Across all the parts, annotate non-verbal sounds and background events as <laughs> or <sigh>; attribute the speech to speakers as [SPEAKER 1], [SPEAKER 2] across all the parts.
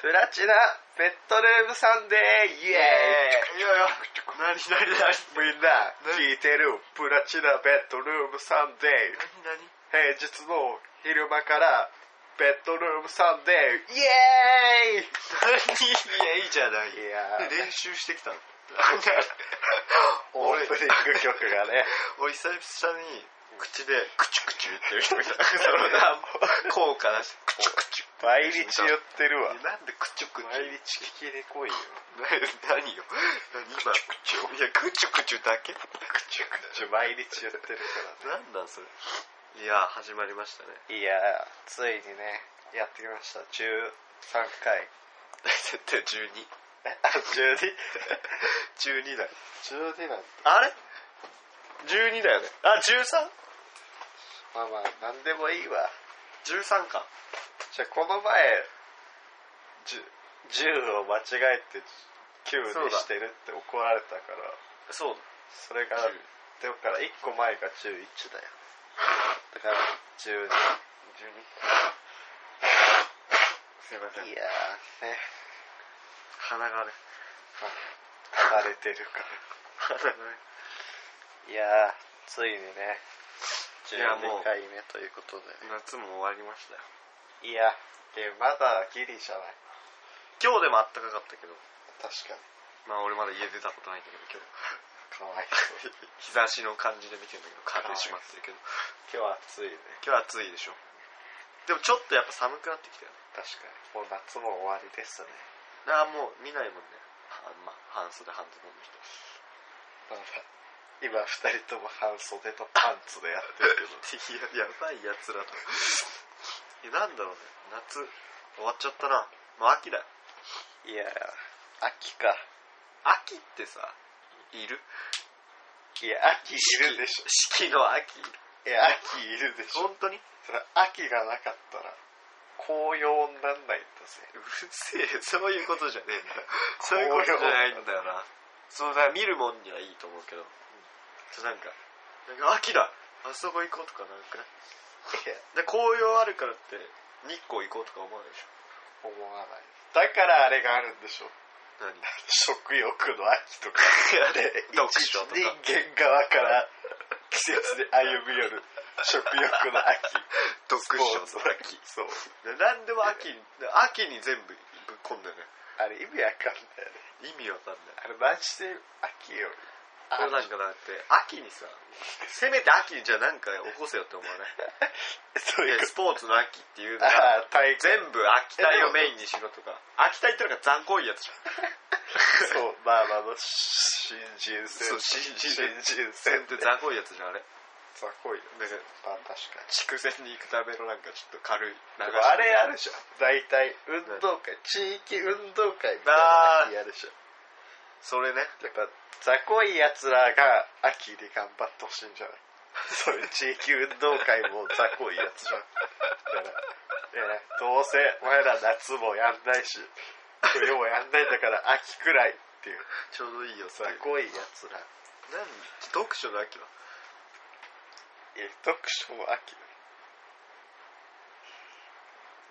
[SPEAKER 1] プラチナベッドルームサンデーイエーイ
[SPEAKER 2] いやいや何何何
[SPEAKER 1] みんな聞いてるプラチナベッドルームサンデー
[SPEAKER 2] 何何
[SPEAKER 1] 平日の昼間からベッドルームサンデーイエーイ
[SPEAKER 2] 何いやいいじゃない
[SPEAKER 1] いやー
[SPEAKER 2] 練習してきたの
[SPEAKER 1] オープニング曲がね
[SPEAKER 2] 俺久々に口でクチュクチュ言ってる人みたいなそのな効果だしクチュクチ
[SPEAKER 1] 毎日言ってるわ
[SPEAKER 2] ュなんでクチュクチュ
[SPEAKER 1] 毎日聞きに来いよ
[SPEAKER 2] 何よ何今クチュクチュいやクチュクチュだけクチュク
[SPEAKER 1] ちょ毎日言ってるか
[SPEAKER 2] なんなんそれいや始まりましたね
[SPEAKER 1] らいやーついにねやってきました13回
[SPEAKER 2] 絶対12
[SPEAKER 1] えあ12
[SPEAKER 2] 12だよ
[SPEAKER 1] 12なんだ
[SPEAKER 2] あれ12だよねあ 13?13
[SPEAKER 1] まあまあなんでもいいわ
[SPEAKER 2] か
[SPEAKER 1] じゃあこの前10を間違えて9にしてるって怒られたから
[SPEAKER 2] そう
[SPEAKER 1] それが
[SPEAKER 2] だ
[SPEAKER 1] でもから1個前が11だよだから10
[SPEAKER 2] 12すいません
[SPEAKER 1] いやーね
[SPEAKER 2] 鼻がね
[SPEAKER 1] 離れてるか
[SPEAKER 2] 鼻がね
[SPEAKER 1] らいやーついにね
[SPEAKER 2] いやも
[SPEAKER 1] 12
[SPEAKER 2] う
[SPEAKER 1] 回目ということで
[SPEAKER 2] 夏も終わりましたよ
[SPEAKER 1] いやでまだギリじゃない
[SPEAKER 2] 今日でもあったかかったけど
[SPEAKER 1] 確かに
[SPEAKER 2] まあ俺まだ家出たことないんだけど今日 <laughs>
[SPEAKER 1] かわいそう
[SPEAKER 2] 日差しの感じで見てんだけど風邪しまってるけど
[SPEAKER 1] <laughs> 今日は暑いね
[SPEAKER 2] 今日暑いでしょでもちょっとやっぱ寒くなってきたよね
[SPEAKER 1] 確かにもう夏も終わりですね
[SPEAKER 2] ああもう見ないもんねはまあ、半袖半ズボンの人
[SPEAKER 1] まあ <laughs> 今二人とも半袖とパンツでやってるけど
[SPEAKER 2] い <laughs> ややばいやつらといやなんだろうね夏終わっちゃったなもう秋だよ
[SPEAKER 1] いやー秋か
[SPEAKER 2] 秋ってさいる
[SPEAKER 1] いや秋いるでしょ
[SPEAKER 2] 四季の秋
[SPEAKER 1] いや秋いるでしょ
[SPEAKER 2] 本当にう
[SPEAKER 1] それ秋がなかったら紅葉になんないんだぜ
[SPEAKER 2] るせえそういうことじゃねえんだ
[SPEAKER 1] <laughs>
[SPEAKER 2] そういうことじゃないんだよなそうだ見るもんにはいいと思うけど、そうなんかなんか秋だあそこ行こうとかなくない
[SPEAKER 1] いや
[SPEAKER 2] で紅葉あるからって日光行こうとか思わないでしょ
[SPEAKER 1] 思わないだからあれがあるんでしょ <laughs>
[SPEAKER 2] 何
[SPEAKER 1] 食欲の秋とか
[SPEAKER 2] あ
[SPEAKER 1] で
[SPEAKER 2] 読書とか
[SPEAKER 1] 一人間側から季節に歩み寄る食欲の秋
[SPEAKER 2] 読書
[SPEAKER 1] ス
[SPEAKER 2] と
[SPEAKER 1] ポーツ
[SPEAKER 2] か
[SPEAKER 1] の秋そう
[SPEAKER 2] 何でも秋に秋に全部ぶっ込んだよね
[SPEAKER 1] あれ意味わかんないよね
[SPEAKER 2] 意味わかんない
[SPEAKER 1] あれマジで秋よ
[SPEAKER 2] これなんかだって秋にさせめて秋にじゃあなんか起こせよって
[SPEAKER 1] <laughs>
[SPEAKER 2] 思わない
[SPEAKER 1] そう
[SPEAKER 2] い
[SPEAKER 1] いう
[SPEAKER 2] や
[SPEAKER 1] こと
[SPEAKER 2] スポーツの秋っていうのが
[SPEAKER 1] ああ体育
[SPEAKER 2] 全部秋隊をメインにしろとか秋隊ってのが残酷いやつじゃん
[SPEAKER 1] そうまあまあの新人戦
[SPEAKER 2] そう新人
[SPEAKER 1] 新
[SPEAKER 2] 戦
[SPEAKER 1] 人戦って
[SPEAKER 2] 全部残酷いやつじゃんあれ
[SPEAKER 1] 雑魚いよ
[SPEAKER 2] だ
[SPEAKER 1] まあ
[SPEAKER 2] から
[SPEAKER 1] 確かに
[SPEAKER 2] 地区戦に行くためのなんかちょっと軽い流
[SPEAKER 1] でもあれある
[SPEAKER 2] し
[SPEAKER 1] じゃん大体運動会地域運動会みたいなのやるでしょ
[SPEAKER 2] それね
[SPEAKER 1] やっぱ雑魚いやつらが秋に頑張ってほしいんじゃないそういう地域運動会も雑魚いやつじゃんだからいやどうせお前ら夏もやんないし冬もやんないんだから秋くらいっていう
[SPEAKER 2] ちょうどいいよさ
[SPEAKER 1] 雑
[SPEAKER 2] なん
[SPEAKER 1] 魚いやつら
[SPEAKER 2] 読書の秋はい
[SPEAKER 1] や読書も秋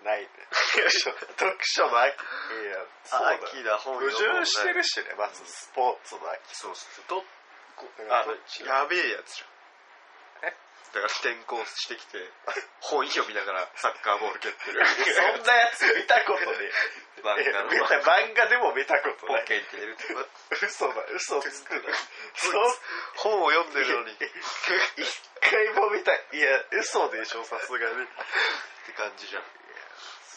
[SPEAKER 1] ないね読書も秋いやそうだよ
[SPEAKER 2] 秋だ本
[SPEAKER 1] 矛
[SPEAKER 2] 読
[SPEAKER 1] 盾
[SPEAKER 2] もう
[SPEAKER 1] してるしねまずスポーツの秋
[SPEAKER 2] そうそうそ
[SPEAKER 1] だ
[SPEAKER 2] うどあ
[SPEAKER 1] から
[SPEAKER 2] の
[SPEAKER 1] どっちが
[SPEAKER 2] やべえやつじゃん
[SPEAKER 1] え
[SPEAKER 2] だから転校してきて本読みながらサッカーボール蹴ってる
[SPEAKER 1] そんなやつ見たことね <laughs>
[SPEAKER 2] 漫
[SPEAKER 1] え
[SPEAKER 2] 画の
[SPEAKER 1] 見た漫画でも見たこと
[SPEAKER 2] ポ
[SPEAKER 1] ない
[SPEAKER 2] ケってるとか
[SPEAKER 1] 嘘だ嘘つくなそう
[SPEAKER 2] 本を読んでるのにっ
[SPEAKER 1] 一回も見たいや嘘でしょさすがに
[SPEAKER 2] て感じじゃん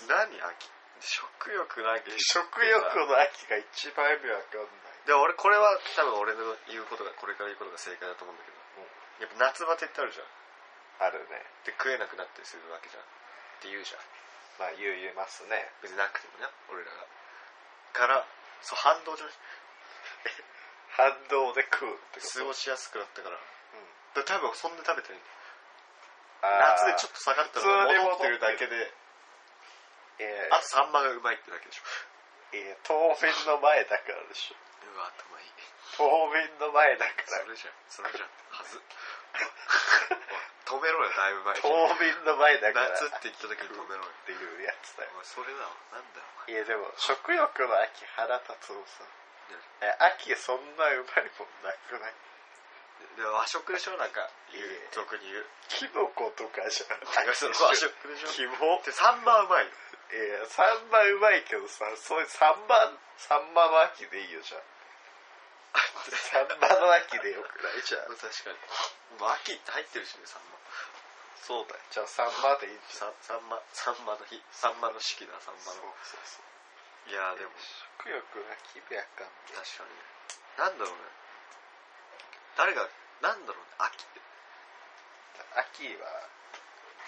[SPEAKER 2] 何秋食欲の秋
[SPEAKER 1] 食欲の秋が一番意味わかんない
[SPEAKER 2] で俺これは多分俺の言うことがこれから言うことが正解だと思うんだけど、やっぱ夏バテってあるじゃん
[SPEAKER 1] あるね
[SPEAKER 2] で食えなくなったりするわけじゃんって言うじゃん
[SPEAKER 1] まあ言う言いますね
[SPEAKER 2] 別になくてもね俺らがからそう反動じゃない
[SPEAKER 1] 反動で食うってこと
[SPEAKER 2] 過ごしやすくなったから
[SPEAKER 1] うん
[SPEAKER 2] だから多分そんな食べてないんだよ
[SPEAKER 1] あー
[SPEAKER 2] 夏でちょっと下がったのが戻ってるだけで
[SPEAKER 1] いや
[SPEAKER 2] あとサンマがうまいってだけでしょ
[SPEAKER 1] いや冬眠の前だからでしょ
[SPEAKER 2] うわ頭いい
[SPEAKER 1] 冬眠の前だから
[SPEAKER 2] それじゃんそれじゃんはず <laughs> 止めろよだいぶ前
[SPEAKER 1] 冬眠の前だから
[SPEAKER 2] 夏
[SPEAKER 1] っ
[SPEAKER 2] って言った時に止めろよ
[SPEAKER 1] ていうやつだよ
[SPEAKER 2] お前それだわなんだよお
[SPEAKER 1] いやでも食欲の秋腹立つもさ
[SPEAKER 2] 前
[SPEAKER 1] え秋そんなうまいもんなくない
[SPEAKER 2] でで和食でしょなんか言う
[SPEAKER 1] いえ
[SPEAKER 2] 俗に言う
[SPEAKER 1] キノコとかじゃん
[SPEAKER 2] なんかその和食でしょ
[SPEAKER 1] キモ
[SPEAKER 2] でサンマうまいよ
[SPEAKER 1] いやサンマうまいけどさそれサンマサンマの秋でいいよじゃんサンマの秋でよくないじゃん
[SPEAKER 2] 確かにもう秋って入ってるしねサンマ
[SPEAKER 1] そうだよじゃあサンマでいいじゃん
[SPEAKER 2] ササンマサンマの日サンマの式だサンマの
[SPEAKER 1] そうそう
[SPEAKER 2] いやーでも
[SPEAKER 1] 食欲がきびやかん
[SPEAKER 2] 確かになんだろうね誰がなんだろうね秋って
[SPEAKER 1] 秋は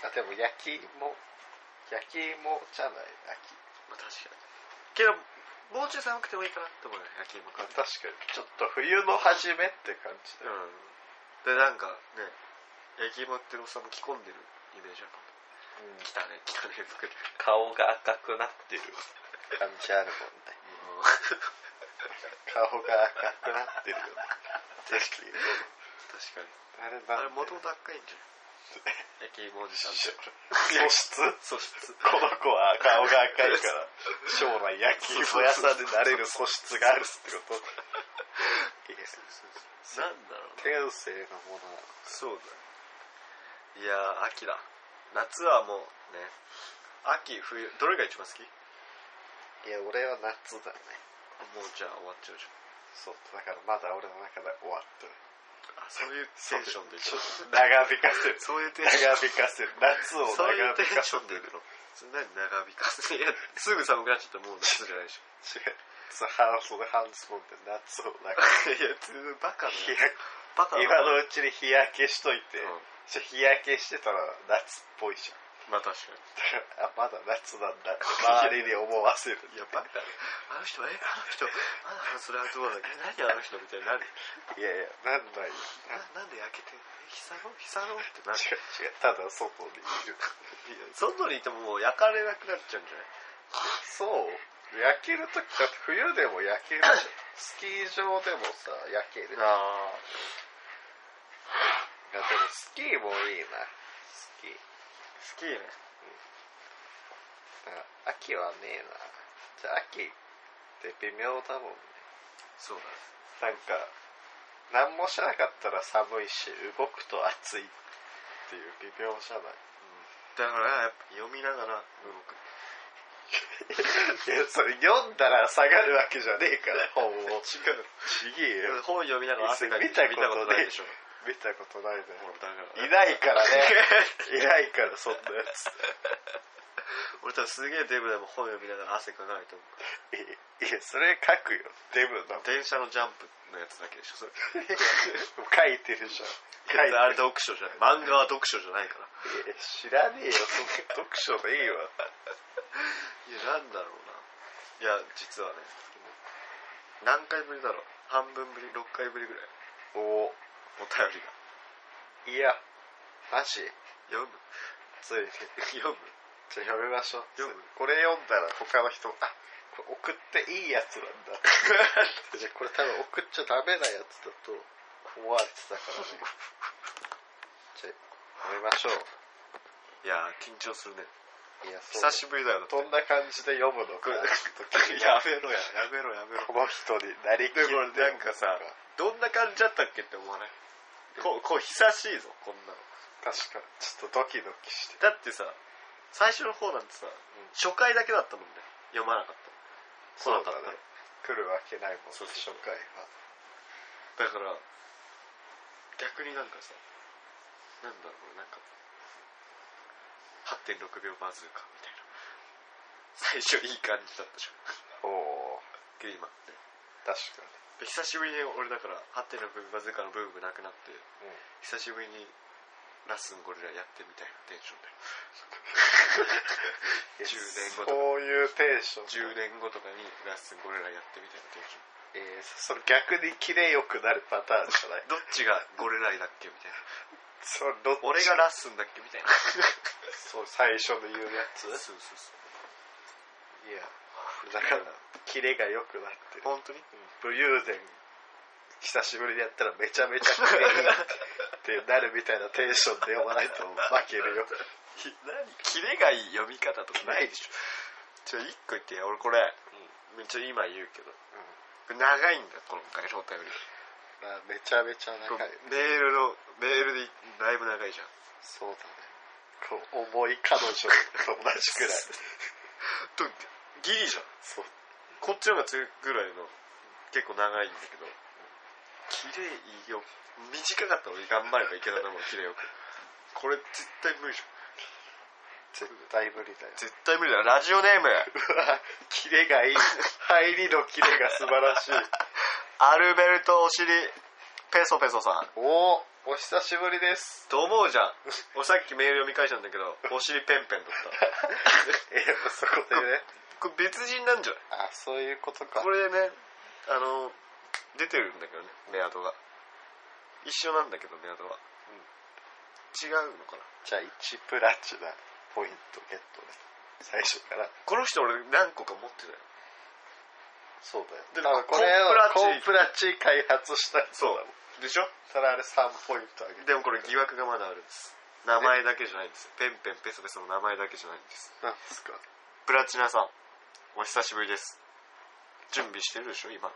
[SPEAKER 1] あでも焼き芋焼き芋じゃない秋
[SPEAKER 2] まあ確かにけどもうちょい寒くてもいいかなって思うよね焼き芋買
[SPEAKER 1] あ
[SPEAKER 2] って
[SPEAKER 1] 確かにちょっと冬の初めって感じだよ
[SPEAKER 2] うんでなんかね焼き芋っておっさんも着込んでるイメージある来たね来たね服で顔が赤くなってる <laughs>
[SPEAKER 1] 感じあるもんね顔が赤くなってるよね確かに
[SPEAKER 2] 確かに
[SPEAKER 1] あれ
[SPEAKER 2] あ
[SPEAKER 1] な
[SPEAKER 2] れ
[SPEAKER 1] ん
[SPEAKER 2] も
[SPEAKER 1] で
[SPEAKER 2] ともと赤いんじゃん焼き芋おじさんって
[SPEAKER 1] 素質
[SPEAKER 2] 素質
[SPEAKER 1] この子は顔が赤いから将来焼き芋屋さんでなれる素質があるってこといや
[SPEAKER 2] なんだろうね
[SPEAKER 1] 天性のものなの
[SPEAKER 2] そうだいやー秋だ夏はもうね秋冬どれが一番好き
[SPEAKER 1] いや俺は夏だね
[SPEAKER 2] もうじゃあ終わっちゃうじゃ
[SPEAKER 1] そ
[SPEAKER 2] ん
[SPEAKER 1] うだからまだ俺の中で終わってる
[SPEAKER 2] あそういうテンションでいく
[SPEAKER 1] ちょっと長引かせる
[SPEAKER 2] そういうテン
[SPEAKER 1] 長
[SPEAKER 2] ション
[SPEAKER 1] 引かせる夏を
[SPEAKER 2] そ
[SPEAKER 1] 長
[SPEAKER 2] ういう
[SPEAKER 1] 引
[SPEAKER 2] テン
[SPEAKER 1] か
[SPEAKER 2] シ
[SPEAKER 1] せ
[SPEAKER 2] ョンでいくのそんなに長引かせいやすぐ寒くなっちゃったらもう夏じゃないでし
[SPEAKER 1] る
[SPEAKER 2] ょ
[SPEAKER 1] 違うそう半袖半ズボンで夏を長
[SPEAKER 2] いやつバカ
[SPEAKER 1] 引
[SPEAKER 2] だよ
[SPEAKER 1] かせる
[SPEAKER 2] バカだ
[SPEAKER 1] 今
[SPEAKER 2] よ
[SPEAKER 1] のうちに日焼けしといて、
[SPEAKER 2] うん
[SPEAKER 1] ちょ日焼けしてたら夏っぽいじゃん
[SPEAKER 2] まあ確
[SPEAKER 1] だ
[SPEAKER 2] か
[SPEAKER 1] からあまだ夏なんだ周りに思わせる
[SPEAKER 2] にいやバカだよあの人えあの人まだ半袖アウトボーだけど何あの人みたいになる
[SPEAKER 1] いやいやなんだよ
[SPEAKER 2] ななんで焼けてんのえ膝の膝のってなる
[SPEAKER 1] 違う違うただ外にいる
[SPEAKER 2] いや外にいてももう焼かれなくなっちゃうんじゃない
[SPEAKER 1] そう焼ける時だって冬でも焼けるじゃんスキー場でもさ焼ける
[SPEAKER 2] あ
[SPEAKER 1] いやでもスキーもいいなスキー
[SPEAKER 2] スキーね
[SPEAKER 1] あ秋はねえなじゃあ秋って微妙だもんね
[SPEAKER 2] そうだね
[SPEAKER 1] なんか何もしなかったら寒いし動くと暑いっていう微妙じゃない
[SPEAKER 2] だからやっぱ読みながら動く
[SPEAKER 1] <laughs> いやそれ読んだら下がるわけじゃねえから本をち
[SPEAKER 2] 違う
[SPEAKER 1] げえよ
[SPEAKER 2] 本読みながら汗かいて
[SPEAKER 1] 見たことねえ
[SPEAKER 2] ないでしょ
[SPEAKER 1] 見たことないね
[SPEAKER 2] ほらだから
[SPEAKER 1] いないから <laughs> ねいないからそんなやつ
[SPEAKER 2] <laughs> 俺多分すげえデブでも本読みながら汗かかないと思う
[SPEAKER 1] いやいやそれ書くよデブ <laughs> の
[SPEAKER 2] 電車のジャンプのやつだけでしょそれ
[SPEAKER 1] 書いてるじゃん書いてる
[SPEAKER 2] あれ読書じゃない漫画は読書じゃないから
[SPEAKER 1] え知らねえよそんな読書でいいわ
[SPEAKER 2] いやなんだろうないや実はね何回ぶりだろう半分ぶり6回ぶりぐらい
[SPEAKER 1] お
[SPEAKER 2] お便りが
[SPEAKER 1] いやマジ
[SPEAKER 2] 読む
[SPEAKER 1] ついに
[SPEAKER 2] 読む
[SPEAKER 1] じゃあ読みましょう
[SPEAKER 2] 読む
[SPEAKER 1] これ読んだら他の人もあこれ送っていいやつなんだ <laughs> じゃあこれ多分送っちゃダメなやつだと思われてたからねじゃあ読みましょう
[SPEAKER 2] いや緊張するね
[SPEAKER 1] いやそう
[SPEAKER 2] 久しぶりだよ
[SPEAKER 1] どんな感じで読むのか
[SPEAKER 2] <laughs> やめろややめろやめろ
[SPEAKER 1] この人になりきって
[SPEAKER 2] でもなんかさどんな感じだったっけって思わないこうこう久しいぞこんなの
[SPEAKER 1] 確かにちょっとドキドキして
[SPEAKER 2] だってさ最初の方なんてさ、初回だけだったもんね読まなかった来なかった
[SPEAKER 1] ね来るわけないもんね
[SPEAKER 2] そう
[SPEAKER 1] 初
[SPEAKER 2] そう
[SPEAKER 1] 回は
[SPEAKER 2] だから逆になんかさなんだろうなんか8.6秒バズーカみたいな最初いい感じだったじゃん
[SPEAKER 1] おお
[SPEAKER 2] け <laughs> ど今ね
[SPEAKER 1] 確か
[SPEAKER 2] で久しぶりに俺だから8.6秒バズーカのブームなくなって
[SPEAKER 1] に、うん
[SPEAKER 2] 久しぶりにラスンゴリラやってみたいなテンションで10年後とか
[SPEAKER 1] そういうテンション
[SPEAKER 2] 10年後とかにラスンゴリラやってみたいなテンション
[SPEAKER 1] えーそれ逆にキレよくなるパターンじゃない
[SPEAKER 2] どっちがゴレライだっけみたいな
[SPEAKER 1] それどっち
[SPEAKER 2] 俺がラッスンだっけみたいな
[SPEAKER 1] そう最初の言うやつ
[SPEAKER 2] そうそうそう
[SPEAKER 1] いやだからキレが良くなってる
[SPEAKER 2] 本当に
[SPEAKER 1] 武勇伝久しぶりにやったらめちゃめちゃキレがってなるみたいなテンションで読まないと負ける <laughs> よ。
[SPEAKER 2] ひ何キレがいい読み方とかないでしょちょ一個言ってよ俺これ、めっちゃ今言うけど、これ長いんだ今回のお便り
[SPEAKER 1] まあ、めちゃめちゃ長
[SPEAKER 2] こう
[SPEAKER 1] い。
[SPEAKER 2] メールのメールでだいぶ長いじゃん
[SPEAKER 1] そうだね。こう重い彼女と同じくらい。
[SPEAKER 2] とギリじゃん
[SPEAKER 1] <laughs> そう。
[SPEAKER 2] こっちの方が強いぐらいの結構長いんだけど綺麗いいよ短かったら俺頑張ればいけたと思う綺麗よくこれ絶対無理じゃん
[SPEAKER 1] 絶対無理だよ。
[SPEAKER 2] 絶対無理だよラジオネーム
[SPEAKER 1] うわキレがいい。入りのキレが素晴らしい。
[SPEAKER 2] アルベルトお尻ペソペソさん
[SPEAKER 1] おお、お久しぶりです。 <laughs>
[SPEAKER 2] と思うじゃん俺さっきメール読み返したんだけどお尻ペンペンだった
[SPEAKER 1] え、そこでね。
[SPEAKER 2] これ別人なんじゃない
[SPEAKER 1] あ、そういうことか。
[SPEAKER 2] これねあの出てるんだけどねメアドが一緒なんだけどメアドは、違うのかな
[SPEAKER 1] じゃあ1プラチナポイントゲットね。最初から。
[SPEAKER 2] この人俺何個か持ってたよ
[SPEAKER 1] そうだよ。
[SPEAKER 2] で
[SPEAKER 1] で
[SPEAKER 2] も
[SPEAKER 1] もこれを
[SPEAKER 2] コ
[SPEAKER 1] コ
[SPEAKER 2] ン
[SPEAKER 1] ン
[SPEAKER 2] プ
[SPEAKER 1] プラチ開発した人
[SPEAKER 2] そうでしょ
[SPEAKER 1] たらあれ3ポイントあげて。
[SPEAKER 2] でもこれ疑惑がまだあるんです名前だけじゃないんですペンペンペソペソの名前だけじゃないんです
[SPEAKER 1] なんですか
[SPEAKER 2] プラチナさんお久しぶりです準備してるでしょ今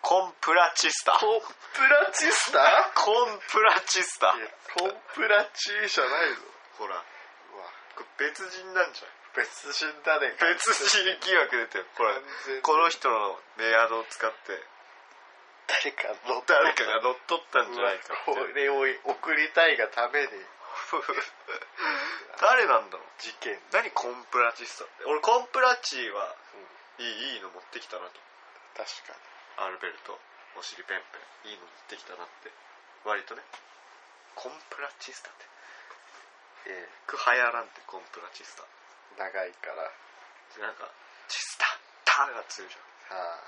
[SPEAKER 2] コンプラチスタコン
[SPEAKER 1] ンプラチスタ
[SPEAKER 2] プラチスタ
[SPEAKER 1] いや、コンプラチじゃないぞ。
[SPEAKER 2] ほら
[SPEAKER 1] うわ、
[SPEAKER 2] これ別人なんじゃない
[SPEAKER 1] 別人だね。
[SPEAKER 2] 別人疑惑出てるほら
[SPEAKER 1] 完全に
[SPEAKER 2] この人のメアドを使って
[SPEAKER 1] 誰か乗った
[SPEAKER 2] 誰かが乗っ取ったんじゃない <laughs> か
[SPEAKER 1] こ
[SPEAKER 2] っていう
[SPEAKER 1] れを送りたいがために
[SPEAKER 2] 誰なんだろう
[SPEAKER 1] 事件。
[SPEAKER 2] 何コンプラチスタって俺コンプラチは
[SPEAKER 1] うん、
[SPEAKER 2] いいいいの持ってきたなと
[SPEAKER 1] 確か
[SPEAKER 2] アルベルトお尻ペンペンいいの持ってきたなって割とねコンプラチスタって
[SPEAKER 1] に。え
[SPEAKER 2] くはやらんってコンプラチスタ
[SPEAKER 1] え長いから。
[SPEAKER 2] なんかチスタタが強いじゃん
[SPEAKER 1] はあ、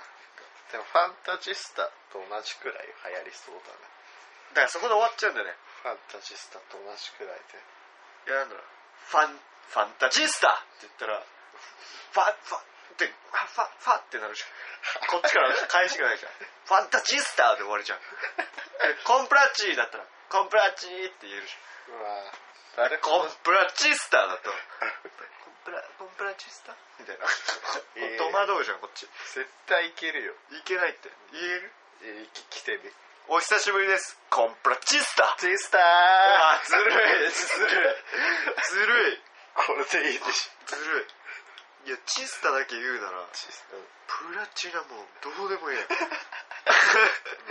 [SPEAKER 1] でもファンタジスタと同じくらい流行りそうだね
[SPEAKER 2] だからそこで終わっちゃうんだよね
[SPEAKER 1] ファンタジスタと同じくらいで
[SPEAKER 2] いやなんだろうファンファンタジスタって言ったらファファってファファファってなるじゃんこっちから返してくないじゃんファンタジスタで終わるじゃんでコンプラチーだったらコンプラチーって言えるじゃん
[SPEAKER 1] うわ
[SPEAKER 2] あれコンプラチスターだとコンプラコンプラチスターみたいな、
[SPEAKER 1] えー
[SPEAKER 2] 戸惑うじゃんこっちい
[SPEAKER 1] 絶対いけるよ
[SPEAKER 2] けないって言える
[SPEAKER 1] えー、き来てみ
[SPEAKER 2] お久しぶりですコンプラチスター
[SPEAKER 1] ジスター
[SPEAKER 2] あずるいずるいずるい
[SPEAKER 1] これでいいでしょ
[SPEAKER 2] ずるいいやチスタだけ言うなら
[SPEAKER 1] ジスタ
[SPEAKER 2] プラチナもうどうでもいいや
[SPEAKER 1] ま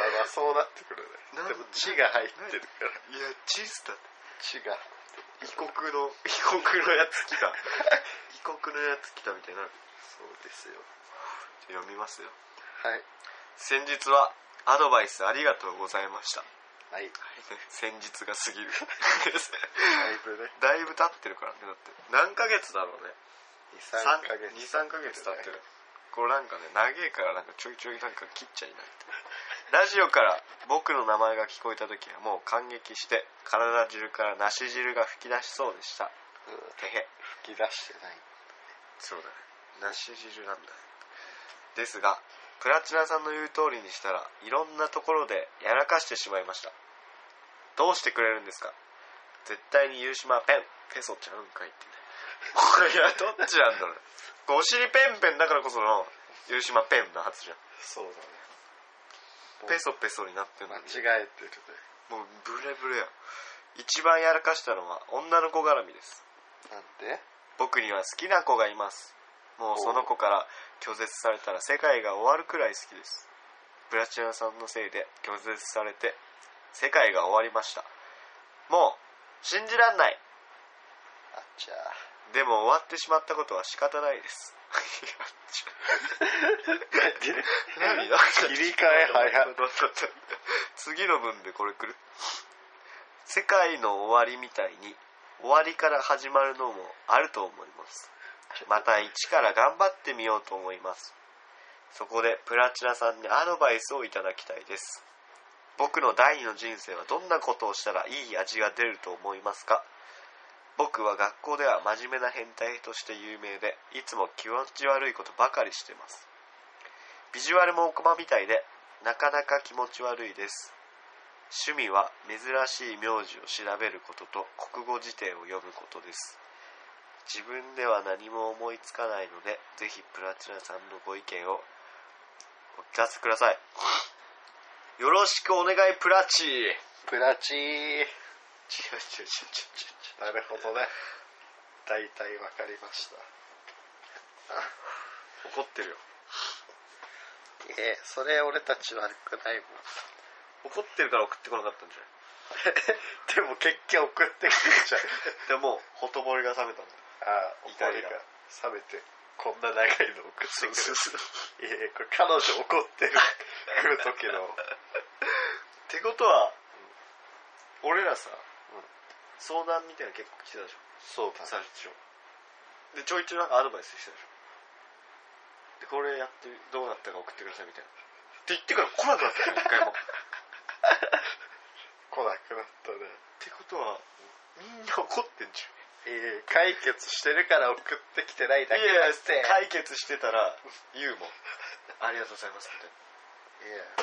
[SPEAKER 1] あまあそうなってくる
[SPEAKER 2] な
[SPEAKER 1] ねでも血が入ってるから
[SPEAKER 2] いやチスタ
[SPEAKER 1] 血が
[SPEAKER 2] 異国の異国のやつ <laughs> 来た異国のやつ来たみたいになる
[SPEAKER 1] そうですよ
[SPEAKER 2] 読みますよ
[SPEAKER 1] はい
[SPEAKER 2] 先日はアドバイスありがとうございました <laughs>
[SPEAKER 1] はい
[SPEAKER 2] 先日が過ぎる <laughs>
[SPEAKER 1] だいぶね
[SPEAKER 2] だいぶ経ってるからねだって何ヶ月だろうね
[SPEAKER 1] 23ヶ月
[SPEAKER 2] 23ヶ月経ってるこれなんかね長えからなんかちょいちょいなんか切っちゃいないとラジオから僕の名前が聞こえた時はもう感激して体汁から梨汁が噴き出しそうでした
[SPEAKER 1] うん
[SPEAKER 2] てへ
[SPEAKER 1] 吹き出してない
[SPEAKER 2] そうだね梨汁なんだねですがプラチナさんの言う通りにしたらいろんなところでやらかしてしまいましたどうしてくれるんですか絶対に許しまペンペソちゃうんかいってねいやどっちなんだろうねお尻ペンペンだからこその許しまペンのはずじゃん
[SPEAKER 1] そうだね
[SPEAKER 2] ペソペソになってる
[SPEAKER 1] 間
[SPEAKER 2] のに
[SPEAKER 1] 違えてるね
[SPEAKER 2] もうブレブレや一番やらかしたのは女の子絡みです
[SPEAKER 1] なんで
[SPEAKER 2] 僕には好きな子がいますもうその子から拒絶されたら世界が終わるくらい好きですプラチナさんのせいで拒絶されて世界が終わりましたもう信じらんない
[SPEAKER 1] あっちゃー
[SPEAKER 2] でも終わってしまったことは仕方ないです <laughs> 何だ
[SPEAKER 1] 切り替え早っ
[SPEAKER 2] 次の文でこれ来る世界の終わりみたいに終わりから始まるのもあると思いますまた一から頑張ってみようと思いますそこでプラチナさんにアドバイスをいただきたいです僕の第二の人生はどんなことをしたらいい味が出ると思いますか僕は学校では真面目な変態として有名でいつも気持ち悪いことばかりしてますビジュアルもおこまみたいでなかなか気持ち悪いです趣味は珍しい名字を調べることと国語辞典を読むことです自分では何も思いつかないのでぜひプラチナさんのご意見をお聞かせくださいよろしくお願いプラチー違う違う違う違う違
[SPEAKER 1] プラチー
[SPEAKER 2] う
[SPEAKER 1] なるほどね大体わかりました
[SPEAKER 2] 怒ってるよ
[SPEAKER 1] ええそれ俺たち悪くないもん
[SPEAKER 2] 怒ってるから送ってこなかったんじゃない
[SPEAKER 1] でも結局送ってくるじゃん
[SPEAKER 2] でもほとぼりが冷めたんだ
[SPEAKER 1] <laughs> ああ怒
[SPEAKER 2] 怒
[SPEAKER 1] り
[SPEAKER 2] り
[SPEAKER 1] が
[SPEAKER 2] が
[SPEAKER 1] 冷めてこんな長いの送ってくる
[SPEAKER 2] そ
[SPEAKER 1] <laughs>
[SPEAKER 2] う
[SPEAKER 1] いやいやこれ彼女怒ってる来る時の
[SPEAKER 2] ってことは、俺らさ、
[SPEAKER 1] うん
[SPEAKER 2] 相談みたいなの結構来てたでしょ
[SPEAKER 1] そうだ
[SPEAKER 2] 最初でちょいちょいなんかアドバイスしてたでしょでこれやってどうなったか送ってくださいみたいなって言ってから来なくなった <laughs> よ一回もっ
[SPEAKER 1] 来なくなったね
[SPEAKER 2] てことはみんな怒ってんじ
[SPEAKER 1] ええ解決してるから送ってきてない
[SPEAKER 2] ゃ
[SPEAKER 1] だ
[SPEAKER 2] ん
[SPEAKER 1] けだっていや
[SPEAKER 2] 解決してたら言うもん <laughs> ありがとうございますみたい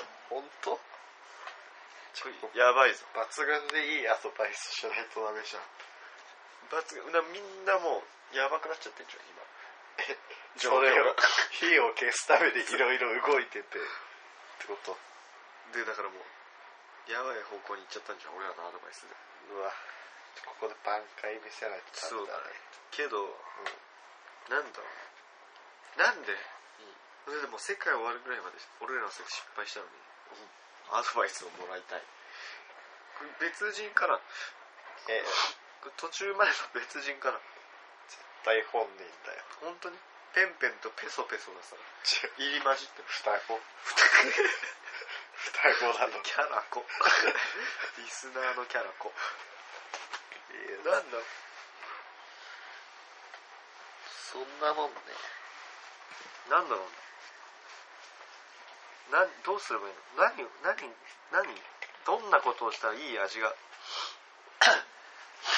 [SPEAKER 2] な
[SPEAKER 1] 本当
[SPEAKER 2] ちょいやばいぞ
[SPEAKER 1] 抜群でいいアドバイスしないとダメじゃん
[SPEAKER 2] 罰がなみんなもうやばくなっちゃってんじゃん今
[SPEAKER 1] それを火を消すためにいろいろ動いててってこと
[SPEAKER 2] でだからもうやばい方向に行っちゃったんじゃん俺らのアドバイスで
[SPEAKER 1] うわここで挽回見せないとダメだね
[SPEAKER 2] けど、なんだろうなんで、それでもう世界終わるぐらいまで俺らはそれ失敗したのに、アドバイスをもらいたいこれ別人から
[SPEAKER 1] ええ
[SPEAKER 2] これ途中までの別人から
[SPEAKER 1] 大本人だよ
[SPEAKER 2] 本当にペンペンとペソペソがさ
[SPEAKER 1] 違う
[SPEAKER 2] 入り混じってる
[SPEAKER 1] 双 <laughs> 子双子なの
[SPEAKER 2] キャラ <laughs> 子リスナーのキャラ子
[SPEAKER 1] な
[SPEAKER 2] なんだ
[SPEAKER 1] そんなもんね
[SPEAKER 2] なんだろうななんどうすればいいの何を何何どんなことをしたらいい味が <coughs>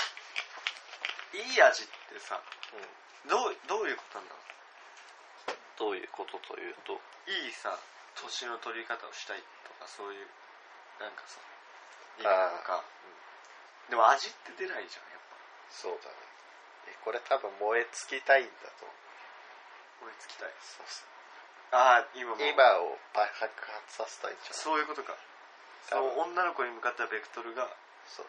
[SPEAKER 2] いい味ってさ
[SPEAKER 1] うん
[SPEAKER 2] どうどういうことなんだろ
[SPEAKER 1] どういうことというと
[SPEAKER 2] ういいさ年の取り方をしたいとかそういうなんかさいい
[SPEAKER 1] あー
[SPEAKER 2] のか、でも味って出ないじゃんやっぱ
[SPEAKER 1] そうだねえこれ多分燃え尽きたいんだと思う
[SPEAKER 2] 燃え尽きたい
[SPEAKER 1] そうそう
[SPEAKER 2] ああ今も
[SPEAKER 1] 今を爆発させたいんじゃん
[SPEAKER 2] そういうことかそ
[SPEAKER 1] 多
[SPEAKER 2] の
[SPEAKER 1] 分
[SPEAKER 2] 女の子に向かったベクトルが
[SPEAKER 1] そう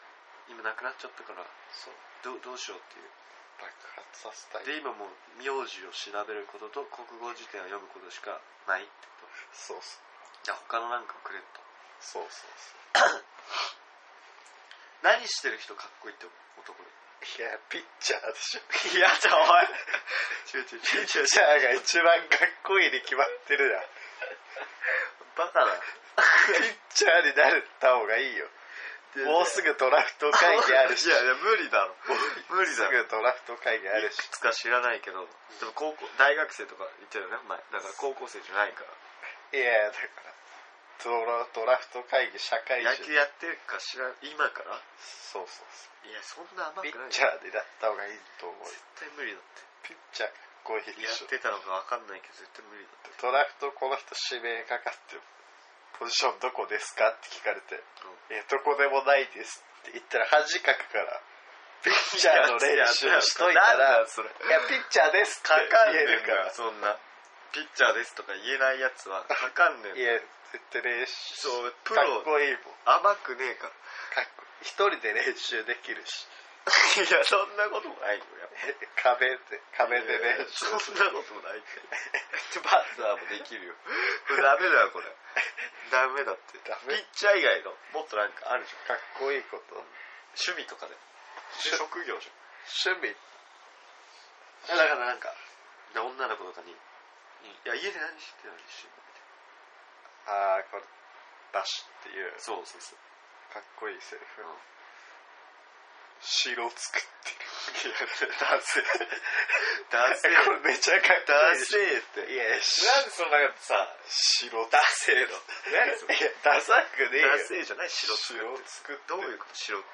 [SPEAKER 2] 今なくなっちゃったから
[SPEAKER 1] そう
[SPEAKER 2] どうどうしようっていう
[SPEAKER 1] 爆発させたい
[SPEAKER 2] で今もう名字を調べることと国語辞典を読むことしかないってこ
[SPEAKER 1] そうそう
[SPEAKER 2] とじゃあ他のなんかをくれと
[SPEAKER 1] そうそうそ
[SPEAKER 2] 何してる人かっこいいって思う男で
[SPEAKER 1] ういやピッチャーでしょ
[SPEAKER 2] い <laughs> やだおい違う違う違う
[SPEAKER 1] ピッチャーが一番かっこいいに決まってる <laughs> やん
[SPEAKER 2] バカだ
[SPEAKER 1] ピッチャーになった方がいいよもうすぐドラフト会議あるし
[SPEAKER 2] いやいや無理だろ無理
[SPEAKER 1] す
[SPEAKER 2] だろ
[SPEAKER 1] ぐドラフト会議ある
[SPEAKER 2] い
[SPEAKER 1] し
[SPEAKER 2] くつか知らないけどでも高校大学生とか言ってるよね前だから高校生じゃないから
[SPEAKER 1] いやだからドラドラフト会議社会人
[SPEAKER 2] 野球やってるか知らん今から
[SPEAKER 1] そうそうそう
[SPEAKER 2] いやそんな甘
[SPEAKER 1] ピ
[SPEAKER 2] く
[SPEAKER 1] ッ
[SPEAKER 2] ない
[SPEAKER 1] チャーになった方がいいと思うよ
[SPEAKER 2] 絶対無理だって
[SPEAKER 1] ピッチャーかっこいいで
[SPEAKER 2] や
[SPEAKER 1] しょ
[SPEAKER 2] ってたのか分かんないけど絶対無理だって
[SPEAKER 1] ドラフトこの人指名かかってるポジションどこですかって聞かれて「えどこでもないです」って言ったら恥かくからピッチャーの練習しといた
[SPEAKER 2] なん
[SPEAKER 1] ら「
[SPEAKER 2] だそれ
[SPEAKER 1] いやピッチャーです」って
[SPEAKER 2] かか
[SPEAKER 1] 言
[SPEAKER 2] んね
[SPEAKER 1] え
[SPEAKER 2] え
[SPEAKER 1] る
[SPEAKER 2] ん
[SPEAKER 1] か
[SPEAKER 2] だよ
[SPEAKER 1] ら
[SPEAKER 2] そんなピッチャーですとか言えないやつは <laughs> かかん
[SPEAKER 1] い
[SPEAKER 2] ねえんだよ
[SPEAKER 1] や絶対練習
[SPEAKER 2] そうプ
[SPEAKER 1] か
[SPEAKER 2] ロ
[SPEAKER 1] っこいいもん
[SPEAKER 2] 甘くねえから
[SPEAKER 1] かっこいい一人で練習できるし
[SPEAKER 2] いやそんなこともないよやっぱ
[SPEAKER 1] え壁で壁で
[SPEAKER 2] いや
[SPEAKER 1] 練習
[SPEAKER 2] そんなこともないけどバッターもできるよこれダメだよこれダメだって
[SPEAKER 1] ダメ
[SPEAKER 2] ピッチャー以外のもっとなんかあるじゃ
[SPEAKER 1] か
[SPEAKER 2] ん
[SPEAKER 1] っこいいこと
[SPEAKER 2] 趣味とかで
[SPEAKER 1] し
[SPEAKER 2] 職業じゃん
[SPEAKER 1] 趣味
[SPEAKER 2] だからなんか女の子とかに「いや家で何してるのにしてんの?」
[SPEAKER 1] ああこれダッシュっていう
[SPEAKER 2] そうそうそう
[SPEAKER 1] かっこいいセリフ、
[SPEAKER 2] うん
[SPEAKER 1] 城作ってる
[SPEAKER 2] いやダセダセ <laughs>
[SPEAKER 1] えこれめちゃかっこ
[SPEAKER 2] ダ
[SPEAKER 1] いいでし
[SPEAKER 2] セ
[SPEAKER 1] ょ
[SPEAKER 2] ーって
[SPEAKER 1] いやし
[SPEAKER 2] なんでそんなことさ
[SPEAKER 1] 城
[SPEAKER 2] ダセーの何そ
[SPEAKER 1] い
[SPEAKER 2] れ
[SPEAKER 1] やダサくねえよ
[SPEAKER 2] ダセーじゃない白って
[SPEAKER 1] 城作って
[SPEAKER 2] どういう
[SPEAKER 1] う
[SPEAKER 2] こと白って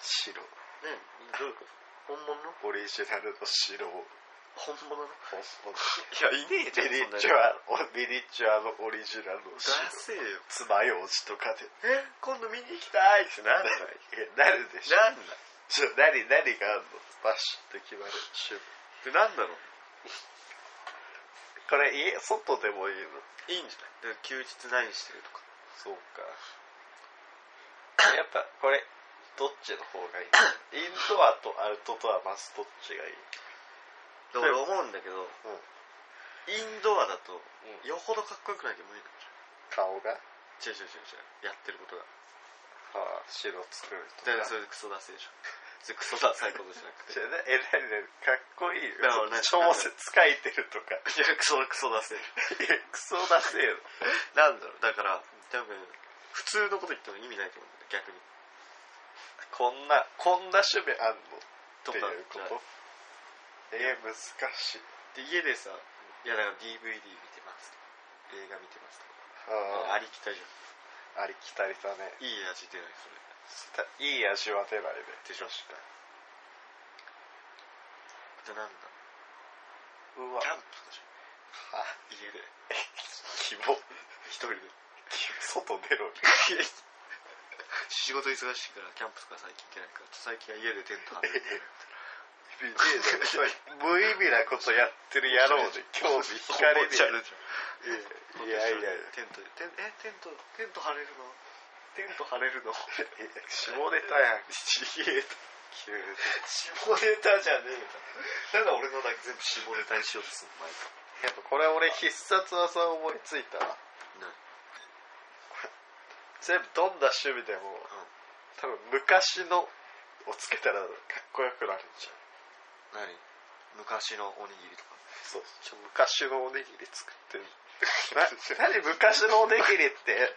[SPEAKER 1] 城
[SPEAKER 2] 何どういうこと本物の
[SPEAKER 1] オリジナルの城を
[SPEAKER 2] 本物のい
[SPEAKER 1] 本物
[SPEAKER 2] やいねえじゃ
[SPEAKER 1] ミ
[SPEAKER 2] ん
[SPEAKER 1] ニチュ
[SPEAKER 2] は
[SPEAKER 1] アおミニチュアのオリジナルの
[SPEAKER 2] 出
[SPEAKER 1] シール
[SPEAKER 2] せよ
[SPEAKER 1] 爪楊枝とかで
[SPEAKER 2] え今度見に行きたいってなんない
[SPEAKER 1] えなるでしょ
[SPEAKER 2] なんだ
[SPEAKER 1] ちょ何何があるのバシッと決まるシュ
[SPEAKER 2] でなんなの
[SPEAKER 1] これ家外でもいいの
[SPEAKER 2] いいんじゃないで休日何してるとか
[SPEAKER 1] そうかやっぱこれどっちの方がいいインドアとアウトドアまずどっちがいい
[SPEAKER 2] で俺思うんだけど、
[SPEAKER 1] ん
[SPEAKER 2] インドアだと
[SPEAKER 1] ん
[SPEAKER 2] よほどかっこよくないと無理なん
[SPEAKER 1] 顔が、は
[SPEAKER 2] じゃん違う違う違う違うやってることが
[SPEAKER 1] あ、白作ると
[SPEAKER 2] だ
[SPEAKER 1] か
[SPEAKER 2] からそれでクソダセえじゃんそれクソダサいことじゃなく
[SPEAKER 1] じ
[SPEAKER 2] て
[SPEAKER 1] ゃあねえ何何かっこいいよ
[SPEAKER 2] だからね
[SPEAKER 1] 小説書いてるとか
[SPEAKER 2] いやクソクソダセえ
[SPEAKER 1] いやクソだせえよ
[SPEAKER 2] なんだろうだから多分普通のこと言っても意味ないと思うんだよ逆に
[SPEAKER 1] こんなこんな趣味あんのっ
[SPEAKER 2] と
[SPEAKER 1] てい
[SPEAKER 2] か
[SPEAKER 1] うことえー、難しい
[SPEAKER 2] で家でさいやだから DVD 見てますとか映画見てますとかあ
[SPEAKER 1] あ
[SPEAKER 2] りきたりじゃん
[SPEAKER 1] あありきたりだね
[SPEAKER 2] いい味出ないそれ
[SPEAKER 1] いい味は出ないね
[SPEAKER 2] でしょ確かでなんだ
[SPEAKER 1] う
[SPEAKER 2] キ
[SPEAKER 1] わ
[SPEAKER 2] ャンプとかじゃん
[SPEAKER 1] あ
[SPEAKER 2] 家で
[SPEAKER 1] <laughs> 希望
[SPEAKER 2] 一人
[SPEAKER 1] <laughs>
[SPEAKER 2] で
[SPEAKER 1] 外出ろ
[SPEAKER 2] 仕事忙しいからキャンプとか最近行けないから最近は家でテント張って
[SPEAKER 1] 無意味なことやってる野
[SPEAKER 2] <laughs>
[SPEAKER 1] 郎で興味惹かれる
[SPEAKER 2] ちゃう
[SPEAKER 1] やんいやいやいや
[SPEAKER 2] テントでテンえテントテント張れるのテント張れるの
[SPEAKER 1] 下ネタ
[SPEAKER 2] <laughs>
[SPEAKER 1] やん
[SPEAKER 2] ちげえ急に下ネタじゃねえよなんだ俺のだけ全部下ネタにしようとするの毎
[SPEAKER 1] やっぱこれ俺必殺技思いついたわ
[SPEAKER 2] 回
[SPEAKER 1] 全部どんな趣味でも多分昔のをつけたらかっこよくなるんじゃん
[SPEAKER 2] 何昔のおにぎりとか
[SPEAKER 1] そうちょ昔のおにぎり作ってるな何昔のおにぎりって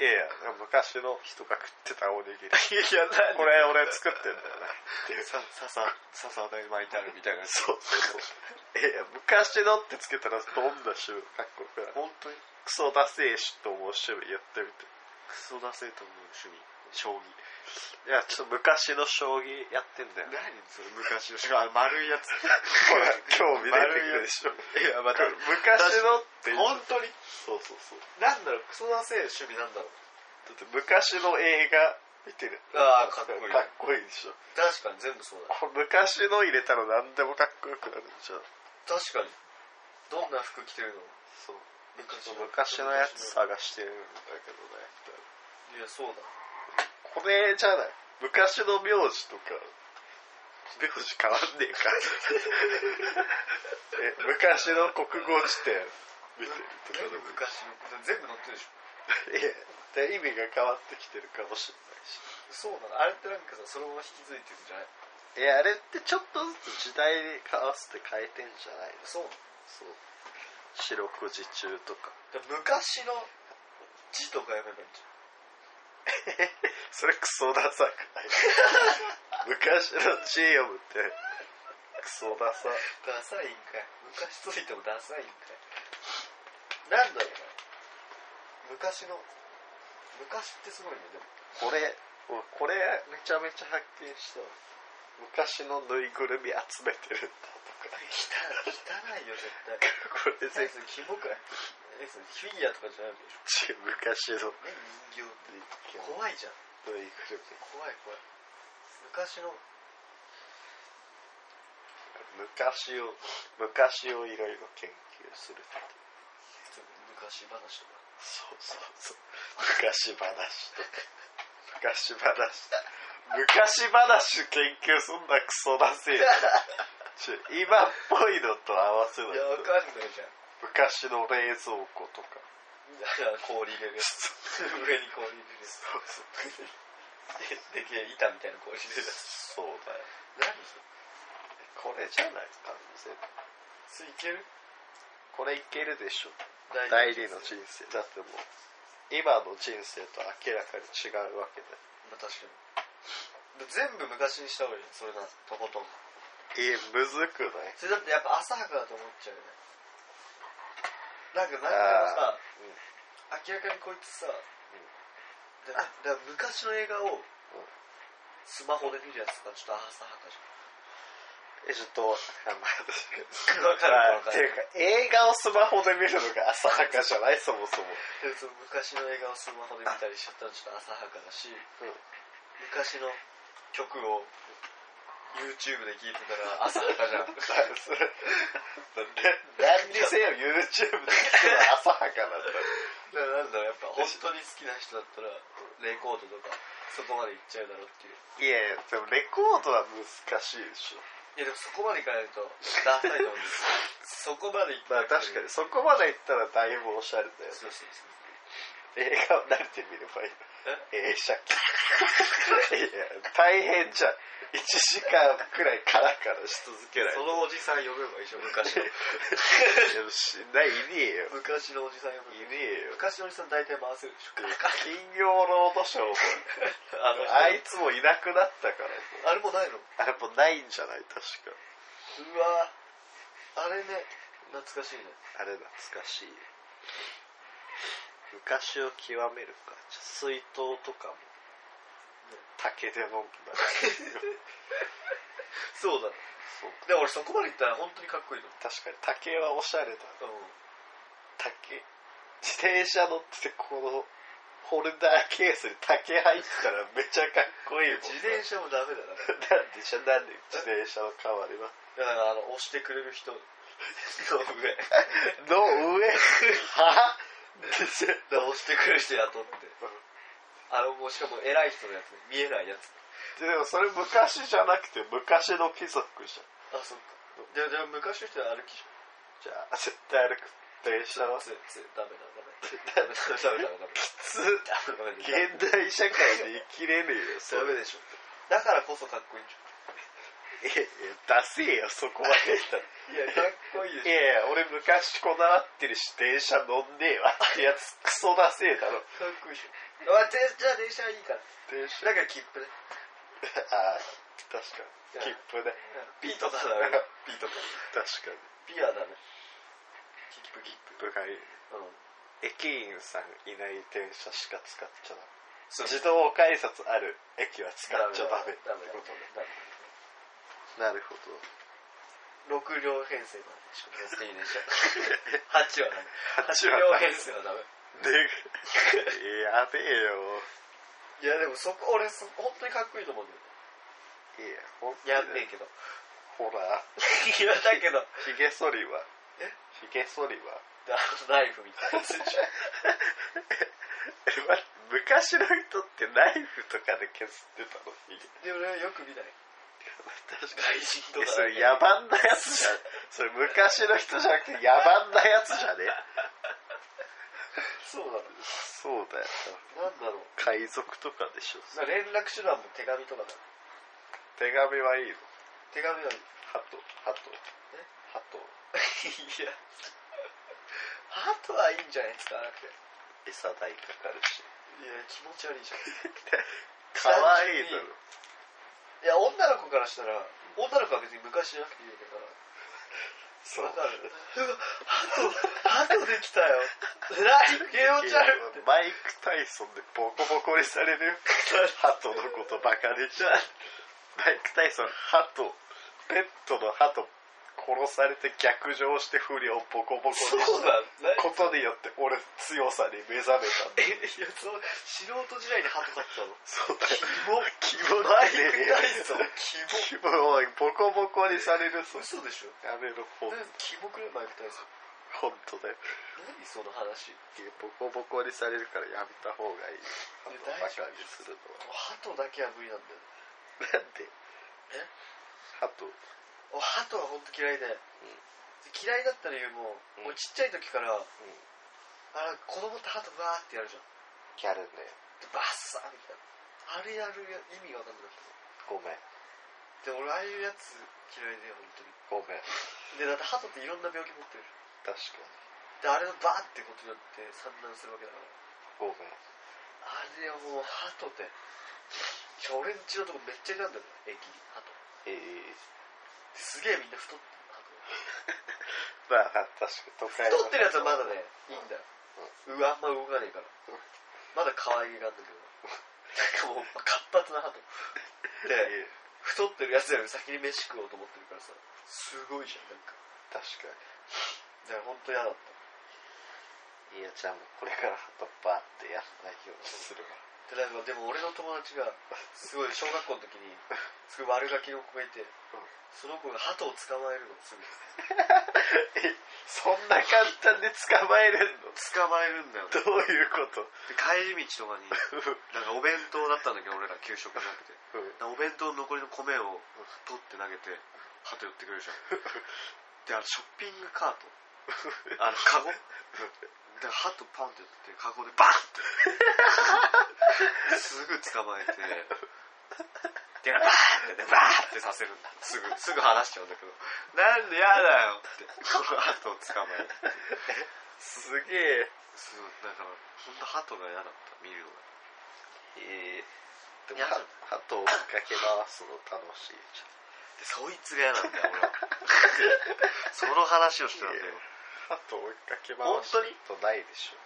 [SPEAKER 1] いやいや昔の人が食ってたおに <laughs> ぎり
[SPEAKER 2] いや何
[SPEAKER 1] これ俺作ってんだよなっていう
[SPEAKER 2] さ笹笹で巻いてあるみたいな
[SPEAKER 1] そうそうそういやいや昔のってつけたらどんな趣味かっこよくない
[SPEAKER 2] 本当に
[SPEAKER 1] クソダセえしと思う趣味やってみて
[SPEAKER 2] クソ出せと思う趣味将棋
[SPEAKER 1] いやちょっと昔の将棋やってんだよ
[SPEAKER 2] 何それ昔の将棋あ丸いやつ
[SPEAKER 1] <laughs> ほら興味出てくるでしょ
[SPEAKER 2] いやまた
[SPEAKER 1] 昔のっていう
[SPEAKER 2] 本当に
[SPEAKER 1] <laughs> そうそうそう
[SPEAKER 2] なんだろうクソ出せ趣味なんだろう
[SPEAKER 1] だって昔の映画見てる
[SPEAKER 2] あーかっこいい
[SPEAKER 1] かっこいいでしょ
[SPEAKER 2] 確かに全部そうだ
[SPEAKER 1] これ昔の入れたら何でもかっこよくなるじゃん
[SPEAKER 2] 確かにどんな服着てるの
[SPEAKER 1] そう
[SPEAKER 2] 昔の
[SPEAKER 1] 昔のやつ探してるんだけどね
[SPEAKER 2] いやそうだ
[SPEAKER 1] これじゃない昔の名字とか名字変わん
[SPEAKER 2] <laughs>
[SPEAKER 1] ねえかえ昔の国語辞典見てるとか
[SPEAKER 2] 全
[SPEAKER 1] で
[SPEAKER 2] 部
[SPEAKER 1] も
[SPEAKER 2] <laughs> 昔の全部載ってるでしょ
[SPEAKER 1] いいやで意味が変わってきてるかもしれないし
[SPEAKER 2] そうなのあれってなんかさそのまま引き継いでるんじゃない
[SPEAKER 1] いやあれってちょっとずつ時代に合わせて変えてんじゃないの
[SPEAKER 2] そう
[SPEAKER 1] そう四六時中とか
[SPEAKER 2] 昔の字とかやめばいいんじ
[SPEAKER 1] それクソダサくない昔の字読むってクソダサ
[SPEAKER 2] ゃんダサいんかい昔ついてもダサいんかいなんだろうな昔の昔ってすごいねでも
[SPEAKER 1] これおこれめちゃめちゃ発見したわ昔のぬいぐるみ集めてるんだとか
[SPEAKER 2] 汚い汚いよ絶対
[SPEAKER 1] これ全
[SPEAKER 2] えそれキモくないえそれフィギュアとかじゃないでしょ
[SPEAKER 1] 然昔の
[SPEAKER 2] え人形って怖いじゃん
[SPEAKER 1] ぬいぐる
[SPEAKER 2] 怖い怖い昔の
[SPEAKER 1] み昔を昔をいろいろ研究するって
[SPEAKER 2] 昔話とか
[SPEAKER 1] そうそうそう昔話とか昔話昔話研究すんなクソだせえよちょ今っぽいのと合わせない
[SPEAKER 2] いやわ
[SPEAKER 1] と
[SPEAKER 2] かんないじゃん
[SPEAKER 1] 昔の冷蔵庫とか
[SPEAKER 2] だから氷入れるやつ上に氷入れるやつ
[SPEAKER 1] そうそう
[SPEAKER 2] ででけえ板みたいな氷入れるやつ
[SPEAKER 1] そうだよ
[SPEAKER 2] 何それ
[SPEAKER 1] これじゃない完全に
[SPEAKER 2] それいける
[SPEAKER 1] これいけるでしょ
[SPEAKER 2] 大
[SPEAKER 1] 第二の人生だってもう今の人生と明らかに違うわけだよ
[SPEAKER 2] まあ確かに全部昔にした方がいいよそれなとことん
[SPEAKER 1] えむずくない
[SPEAKER 2] それだってやっぱ浅はかだと思っちゃうよねなんかなん
[SPEAKER 1] あ
[SPEAKER 2] かさ明らかにこいつさ、だだから昔の映画をスマホで見るやつとかちょっと浅はかじゃん
[SPEAKER 1] えちょっとあま
[SPEAKER 2] わかる
[SPEAKER 1] あ
[SPEAKER 2] わか
[SPEAKER 1] ってい
[SPEAKER 2] る
[SPEAKER 1] うか映画をスマホで見るのが浅はかじゃないそもそも、
[SPEAKER 2] 昔の映画をスマホで見たりしちゃったのちょっと浅はかだし昔の曲を YouTube で聴いてたら浅はかじゃん
[SPEAKER 1] <laughs> それ何にせよ YouTube で聞くのは浅はかなんだ
[SPEAKER 2] だからなんだろうやっぱ本当に好きな人だったらレコードとかそこまで行っちゃうだろうっていう
[SPEAKER 1] いやいやでもレコードは難しいでしょ
[SPEAKER 2] いやでもそこまで行かないとダサいと思うんですよそこまで行
[SPEAKER 1] まあ
[SPEAKER 2] ったら
[SPEAKER 1] 確かにそこまでいったらだいぶおしゃれだよ
[SPEAKER 2] そうそうそう
[SPEAKER 1] 映画を慣れてみればいい映写機いや大変じゃん1時間くらいカラカラし続けない
[SPEAKER 2] そのおじさん呼べばいいでしょ <laughs> 昔の
[SPEAKER 1] いやしないいねえよ
[SPEAKER 2] 昔のおじさん呼
[SPEAKER 1] い
[SPEAKER 2] べばいい
[SPEAKER 1] ねえよ
[SPEAKER 2] 昔のおじさん大体回せるでしょ
[SPEAKER 1] 金曜ロードショーも
[SPEAKER 2] あの人
[SPEAKER 1] あいつもいなくなったからもう
[SPEAKER 2] あれもないのう
[SPEAKER 1] あれもうないんじゃない確か
[SPEAKER 2] わあれね懐かしいね
[SPEAKER 1] あれ懐かしい昔を極めるか水筒とかも竹で飲んだりするよ
[SPEAKER 2] そうだ
[SPEAKER 1] そう
[SPEAKER 2] でも俺そこまで行ったら本当にかっこいいの
[SPEAKER 1] 確かに竹はおしゃれだな
[SPEAKER 2] うん
[SPEAKER 1] 竹自転車乗っててこのホルダーケースに竹入ったらめちゃかっこいいもんな
[SPEAKER 2] 自転車もダメだなだ
[SPEAKER 1] なんでしょなんで自転車の代わりは
[SPEAKER 2] からあの押してくれる人 <laughs> の
[SPEAKER 1] の
[SPEAKER 2] <laughs> 上
[SPEAKER 1] 上はですよ
[SPEAKER 2] で押してくれる人雇ってあのもうしかも偉い人のやつね見えないやつ
[SPEAKER 1] でもそれ昔じゃなくて昔の貴族じゃん
[SPEAKER 2] あそっかじゃあじゃあ昔の人は歩き
[SPEAKER 1] じゃあ絶対歩く電車は
[SPEAKER 2] つつダメだダメだダメだダメだダメだ
[SPEAKER 1] 普通
[SPEAKER 2] ダメだ
[SPEAKER 1] 現代社会で生きれねえよそ
[SPEAKER 2] ダメ
[SPEAKER 1] れ
[SPEAKER 2] でしょだからこそかっこいいんじ
[SPEAKER 1] ええダセえよそこまでいったら
[SPEAKER 2] ゃんいやかっこいい
[SPEAKER 1] <laughs> いやいや俺昔こだわってるし電車乗んねえわってやつクソだせえだろ
[SPEAKER 2] かっこいいじゃんあでじゃあ電車はいいから
[SPEAKER 1] 電車
[SPEAKER 2] だから切符ね
[SPEAKER 1] ああ確かに切符ね
[SPEAKER 2] ピとかダメだピとか
[SPEAKER 1] 確かに
[SPEAKER 2] ピはダメ切符切符
[SPEAKER 1] 部外
[SPEAKER 2] うん
[SPEAKER 1] 駅員さんいない電車しか使っちゃダメ
[SPEAKER 2] そう
[SPEAKER 1] 自動改札ある駅は使っちゃダメって
[SPEAKER 2] ダメ
[SPEAKER 1] こ
[SPEAKER 2] だ
[SPEAKER 1] とね
[SPEAKER 2] ダメ
[SPEAKER 1] なるほど
[SPEAKER 2] 六両編成までしか別にいいで <laughs> しょ8はダメ
[SPEAKER 1] 八
[SPEAKER 2] 8
[SPEAKER 1] は
[SPEAKER 2] 両
[SPEAKER 1] ダメ
[SPEAKER 2] 編成はダメ
[SPEAKER 1] <laughs> でやべえよ
[SPEAKER 2] いやでもそこ俺そ本当にかっこいいと思うんだよ
[SPEAKER 1] いやほんとに
[SPEAKER 2] やんねえけど
[SPEAKER 1] ほら
[SPEAKER 2] いやだけど
[SPEAKER 1] ひげ剃りは
[SPEAKER 2] え
[SPEAKER 1] ひげ剃りは
[SPEAKER 2] あのナイフみたいな
[SPEAKER 1] <laughs>
[SPEAKER 2] やつでしょ
[SPEAKER 1] え待って昔の人ってナイフとかで削ってたのひげ
[SPEAKER 2] で俺はよく見 <laughs> ない
[SPEAKER 1] 確
[SPEAKER 2] 外人と
[SPEAKER 1] え
[SPEAKER 2] か
[SPEAKER 1] それ野蛮なやつじゃ <laughs> んそれ昔の人じゃなくて野蛮なやつじゃね
[SPEAKER 2] そうなの
[SPEAKER 1] そうだよ
[SPEAKER 2] なんだろう
[SPEAKER 1] 海賊とかでしょ
[SPEAKER 2] まあ連絡手段も手紙とかだ
[SPEAKER 1] 手紙はいいの
[SPEAKER 2] 手紙はいい
[SPEAKER 1] ハトハト
[SPEAKER 2] え
[SPEAKER 1] ハト
[SPEAKER 2] <laughs> <laughs> いやハートはいいんじゃないですかなくて
[SPEAKER 1] 餌代かかるし
[SPEAKER 2] いや気持ち悪いじゃん
[SPEAKER 1] かわいいだろ
[SPEAKER 2] いや女の子からしたら女の子は別に昔じゃなくていいんだから
[SPEAKER 1] そう
[SPEAKER 2] わかるハトハトできた <laughs> よ偉い気持ち悪いって
[SPEAKER 1] マイク・タイソンでボコボコにされるよハトのことバカにしゃマイク・タイソンハトペットのハト殺されて逆上して不良ボコボコにし
[SPEAKER 2] そう
[SPEAKER 1] た
[SPEAKER 2] なんだ
[SPEAKER 1] ことによって俺強さに目覚めたんだ
[SPEAKER 2] えいやそう素人時代にハト飼ってたの
[SPEAKER 1] そうだよ希望
[SPEAKER 2] マイ
[SPEAKER 1] ね
[SPEAKER 2] ク・タイソンキモ
[SPEAKER 1] 希望をボコボコにされるぞ
[SPEAKER 2] 嘘でしょ
[SPEAKER 1] やめろほん
[SPEAKER 2] キモくないマイク・タイソン
[SPEAKER 1] ほんとだよ
[SPEAKER 2] 何その話
[SPEAKER 1] ボコボコにされるからやめた方がいいあの
[SPEAKER 2] いや
[SPEAKER 1] バ
[SPEAKER 2] 大丈
[SPEAKER 1] カ
[SPEAKER 2] 夫
[SPEAKER 1] にするのは
[SPEAKER 2] ハトだけは無理なんだよ
[SPEAKER 1] なんで
[SPEAKER 2] え
[SPEAKER 1] ハト
[SPEAKER 2] 俺ハトは本当嫌いで、嫌いだった理由も、
[SPEAKER 1] うん
[SPEAKER 2] 俺ちっちゃい時から、あ子供ってハトバーってやるじゃん
[SPEAKER 1] ギャルね
[SPEAKER 2] バッサーみたいなあれやるや意味が分かんなく
[SPEAKER 1] ごめん
[SPEAKER 2] てで俺ああいうやつ嫌いで本当に
[SPEAKER 1] ごめん
[SPEAKER 2] でだってハトっていろんな病気持ってる
[SPEAKER 1] 確か
[SPEAKER 2] であれのバーってことによって散乱するわけだから
[SPEAKER 1] にごめん
[SPEAKER 2] あれはもうハトでいや俺んちのとこめっちゃいたんだよ駅にハト
[SPEAKER 1] ええ
[SPEAKER 2] ですげえみんな太ってるハト
[SPEAKER 1] まあ確かに都会
[SPEAKER 2] 太ってるやつはまだねいいんだようわあんま動かねえから
[SPEAKER 1] うん
[SPEAKER 2] <laughs> まだ可愛げがあんだけどなんかもう活発なハトで
[SPEAKER 1] え
[SPEAKER 2] 太ってるやつより先に飯食おうと思ってるからさすごいじゃんなんか
[SPEAKER 1] 確か
[SPEAKER 2] だから本当嫌だった
[SPEAKER 1] にいやちゃんもこれからハトパーってやらないようにするわ
[SPEAKER 2] でなんかでも俺の友達がすごい小学校の時にすごい悪ガキの子がいて、その子が鳩を捕まえるのすぐ
[SPEAKER 1] そんな簡単で捕まえれんの
[SPEAKER 2] 捕まえるんだよ
[SPEAKER 1] どういうこと
[SPEAKER 2] で帰り道とかになんかお弁当だったんだけど俺ら給食じゃなくてなんかお弁当の残りの米を取って投げて鳩寄ってくるじゃんであのショッピングカートあのカゴで鳩パンってやってカゴでバンってすぐ捕まえてでバーってバーってさせるんだすぐすぐ離しちゃうんだけどなんでやだよってこの鳩を捕まえる
[SPEAKER 1] すげえ
[SPEAKER 2] すごいだからほんと鳩が嫌だった見るのが
[SPEAKER 1] えー、でも
[SPEAKER 2] いや
[SPEAKER 1] ハハトを追っかけ回すの楽しいじゃん
[SPEAKER 2] でそいつが嫌なんだよ俺はその話をしてたんだよ
[SPEAKER 1] ハトを追っかけ回すことないでしょ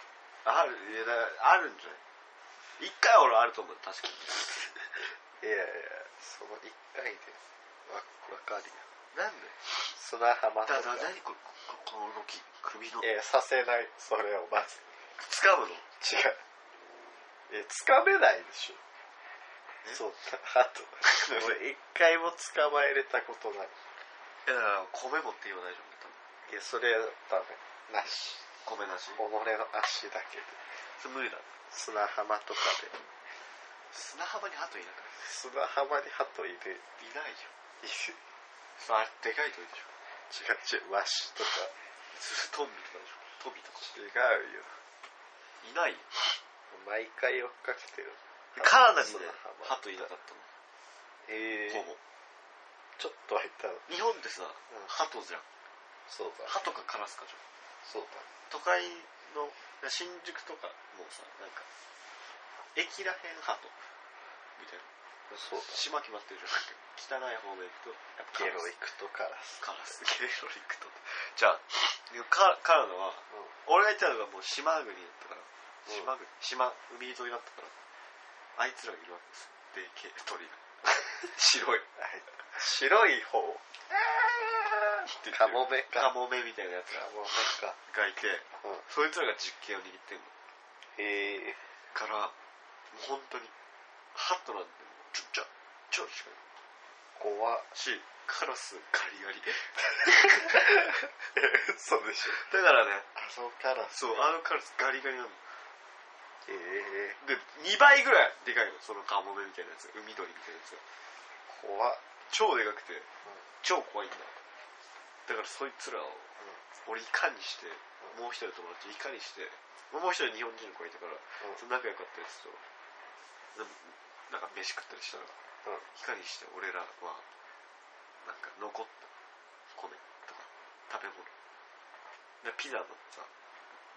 [SPEAKER 2] あるいやだあるんじゃない一回俺あると思う確かに
[SPEAKER 1] いやいやその1回でわわかるよ
[SPEAKER 2] なんで
[SPEAKER 1] 砂浜と
[SPEAKER 2] だ
[SPEAKER 1] か
[SPEAKER 2] だ何これここの動き首の
[SPEAKER 1] いやさせないそれをまず
[SPEAKER 2] 掴むの
[SPEAKER 1] 違ういや掴めないでしょそんなハト俺一回も捕まえれたことない
[SPEAKER 2] いやだから米持って言わないじゃん多
[SPEAKER 1] いやそれはダメなし
[SPEAKER 2] 分米なし
[SPEAKER 1] 己の足だけで
[SPEAKER 2] それ無理だ
[SPEAKER 1] 砂浜とかで
[SPEAKER 2] 砂浜に鳩いなくない
[SPEAKER 1] 砂浜にハトいるいる
[SPEAKER 2] いないよ
[SPEAKER 1] 違う
[SPEAKER 2] あれでかい鳥でし
[SPEAKER 1] 違
[SPEAKER 2] ょ
[SPEAKER 1] うワシとか
[SPEAKER 2] ストンビとかでしょトビとか
[SPEAKER 1] 違うよ
[SPEAKER 2] いないよ
[SPEAKER 1] 毎回追っかけてる
[SPEAKER 2] カナダにね
[SPEAKER 1] 砂浜
[SPEAKER 2] 鳩いなかったもん
[SPEAKER 1] え
[SPEAKER 2] ほぼ
[SPEAKER 1] ちょっと空いたの
[SPEAKER 2] 日本ってさ鳩じゃん
[SPEAKER 1] そうだ
[SPEAKER 2] 鳩かカラスかじゃん
[SPEAKER 1] そうだ
[SPEAKER 2] 都会の新宿とかもうさなんか駅らへんハトみたいな
[SPEAKER 1] そうだ
[SPEAKER 2] 島決まってるじゃん汚い方面行くとやっぱ
[SPEAKER 1] ゲロ
[SPEAKER 2] カラ
[SPEAKER 1] 行くとカラス
[SPEAKER 2] スカラスゲロ行くとじゃあでカカナダは俺が行ったのがもう島国だったから島国島海沿いだったからあいつらがいるわけですでけえ鳥が <laughs> 白い
[SPEAKER 1] はい白い方
[SPEAKER 2] って言ってる
[SPEAKER 1] カモメ
[SPEAKER 2] カ
[SPEAKER 1] か
[SPEAKER 2] モメみたいなやつ
[SPEAKER 1] カ
[SPEAKER 2] ら
[SPEAKER 1] モメか
[SPEAKER 2] がいて
[SPEAKER 1] うん
[SPEAKER 2] そいつらが実験を握ってんの
[SPEAKER 1] ええ
[SPEAKER 2] からもう本当にハットなんてもうちょちょちょしか
[SPEAKER 1] 怖っ
[SPEAKER 2] しカラスガリガリだ
[SPEAKER 1] そうでしょ
[SPEAKER 2] からね
[SPEAKER 1] あのカラス
[SPEAKER 2] そうあのカラスガリガリなの
[SPEAKER 1] ええ
[SPEAKER 2] で2倍ぐらいでかいのそのカモメみたいなやつ海鳥みたいなやつが
[SPEAKER 1] 怖っ
[SPEAKER 2] 超でかくて超怖いんだだからそいつらを俺いかにしてもう一人の友達いかにしてもう一人日本人の子がいたからその仲良かったやつとなんか飯食ったりしたらいかにして俺らはなんか残った米とか食べ物でピザのさ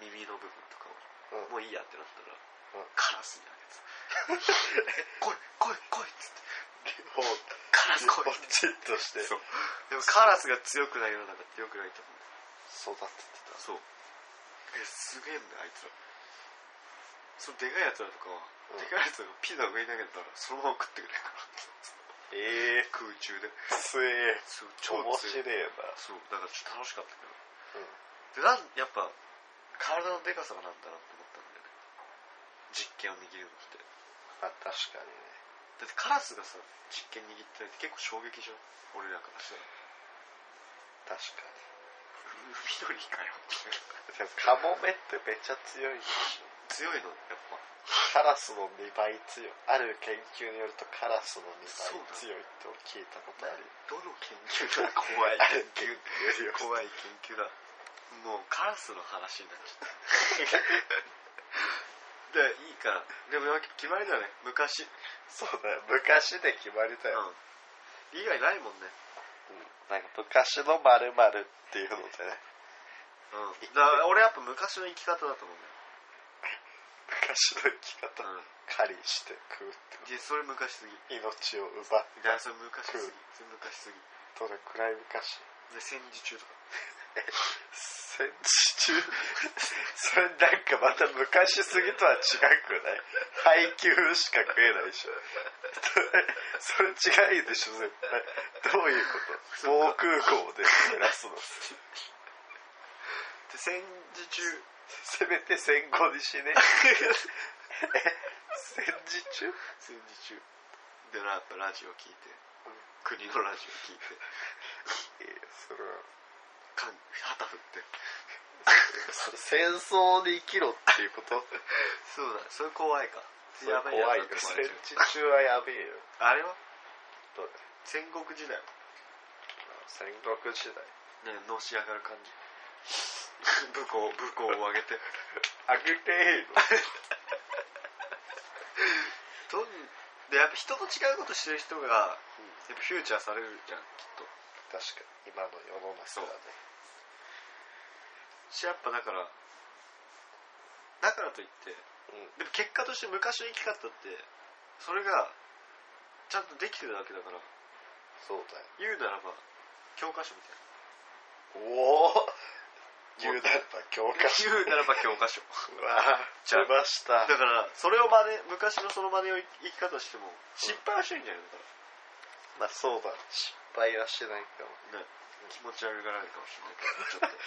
[SPEAKER 2] 耳の部分とかを、
[SPEAKER 1] うん
[SPEAKER 2] もういいやってなったら、
[SPEAKER 1] うん
[SPEAKER 2] カラスにあげ <laughs> てた来い来い来いっつって
[SPEAKER 1] ほう
[SPEAKER 2] カラス来
[SPEAKER 1] ポ
[SPEAKER 2] いっ
[SPEAKER 1] チ
[SPEAKER 2] つっ
[SPEAKER 1] ッとして
[SPEAKER 2] て
[SPEAKER 1] 育
[SPEAKER 2] そうでもカラスが強くない世の中ってよくないと思う
[SPEAKER 1] ててた
[SPEAKER 2] そうえすげえんだよあいつらそのでかいやつらとかは、
[SPEAKER 1] うん
[SPEAKER 2] でかいやつらがピザ上に投げたらそのまま食ってくれるから
[SPEAKER 1] ええ
[SPEAKER 2] 空中で
[SPEAKER 1] 強え
[SPEAKER 2] そう超
[SPEAKER 1] 面
[SPEAKER 2] 強
[SPEAKER 1] 白
[SPEAKER 2] い
[SPEAKER 1] え
[SPEAKER 2] そうだからちょっと楽しかったけど
[SPEAKER 1] な
[SPEAKER 2] でなんやっぱ体のでかさがなんだなって思ったんだよね実験を握るのって
[SPEAKER 1] あ確かにね
[SPEAKER 2] だってカラスがさ実験握ってないって結構衝撃じゃん俺らからしたら
[SPEAKER 1] 確かに
[SPEAKER 2] 緑かよみたいな
[SPEAKER 1] でもカモメってめっちゃ強いでしょ
[SPEAKER 2] 強いのやっぱ
[SPEAKER 1] カラスの2倍強いある研究によるとカラスの
[SPEAKER 2] そ
[SPEAKER 1] 2
[SPEAKER 2] うなの
[SPEAKER 1] 倍強いって聞いたことあるよ
[SPEAKER 2] どの研究だ怖い
[SPEAKER 1] あ
[SPEAKER 2] 研
[SPEAKER 1] る
[SPEAKER 2] 究
[SPEAKER 1] 研究よ
[SPEAKER 2] 怖い研究だもうカラスの話になっちゃったでいいからでも決まりだね昔
[SPEAKER 1] そうだよ昔で決まりだよ、
[SPEAKER 2] うん以外ないもんね
[SPEAKER 1] うんなんか昔のまるっていうのでね
[SPEAKER 2] うんだから俺やっぱ昔の生き方だと思うんだよ
[SPEAKER 1] 昔の生き方
[SPEAKER 2] うん
[SPEAKER 1] 狩りして食うってこ
[SPEAKER 2] いやそれ昔すぎ
[SPEAKER 1] と命を奪う
[SPEAKER 2] いやそれ昔すぎそれ昔すぎ
[SPEAKER 1] どれくらい昔
[SPEAKER 2] で戦時中とか
[SPEAKER 1] 戦時中 <laughs> それなんかまた昔すぎとは違くない配給しか食えないでしょ <laughs> それ違いでしょ絶対どういうこと防空壕で暮らすの
[SPEAKER 2] で戦時中
[SPEAKER 1] せめて戦後にしね <laughs> 戦時中
[SPEAKER 2] 戦時中でなんかラジオ聞いて、
[SPEAKER 1] うん
[SPEAKER 2] 国のラジオ聞いて
[SPEAKER 1] いやそれは
[SPEAKER 2] かん旗振って
[SPEAKER 1] 戦争で生きろっていうこと
[SPEAKER 2] そうだそれ怖いか
[SPEAKER 1] それ
[SPEAKER 2] やばいや
[SPEAKER 1] 怖いよ
[SPEAKER 2] つだって思
[SPEAKER 1] 戦
[SPEAKER 2] われちゃう
[SPEAKER 1] 時中はやべえよ
[SPEAKER 2] あれは
[SPEAKER 1] どうだ
[SPEAKER 2] 戦国時代は
[SPEAKER 1] 戦国時代
[SPEAKER 2] ねのし上がる感じ武功武功を上げて
[SPEAKER 1] あげてえの
[SPEAKER 2] どんでやっぱ人と違うことしてる人がやっぱフューチャーされるじゃんきっと
[SPEAKER 1] 確かに今の世の中だね
[SPEAKER 2] しやっぱだからだからといって
[SPEAKER 1] うん
[SPEAKER 2] でも結果として昔の生き方ってそれがちゃんとできてるわけだから
[SPEAKER 1] そうだよ
[SPEAKER 2] 言うならば教科書みたいな
[SPEAKER 1] お <laughs> お牛だった教科書
[SPEAKER 2] 言うならば教科書
[SPEAKER 1] うわ
[SPEAKER 2] じ <laughs> ゃあ
[SPEAKER 1] 出ました
[SPEAKER 2] だからそれを真似昔のその真似を生き方しても失敗はしてるんじゃないのか
[SPEAKER 1] まあそうだ失敗はしないかも
[SPEAKER 2] なね気持ち悪がられるかもしれないけどちょっと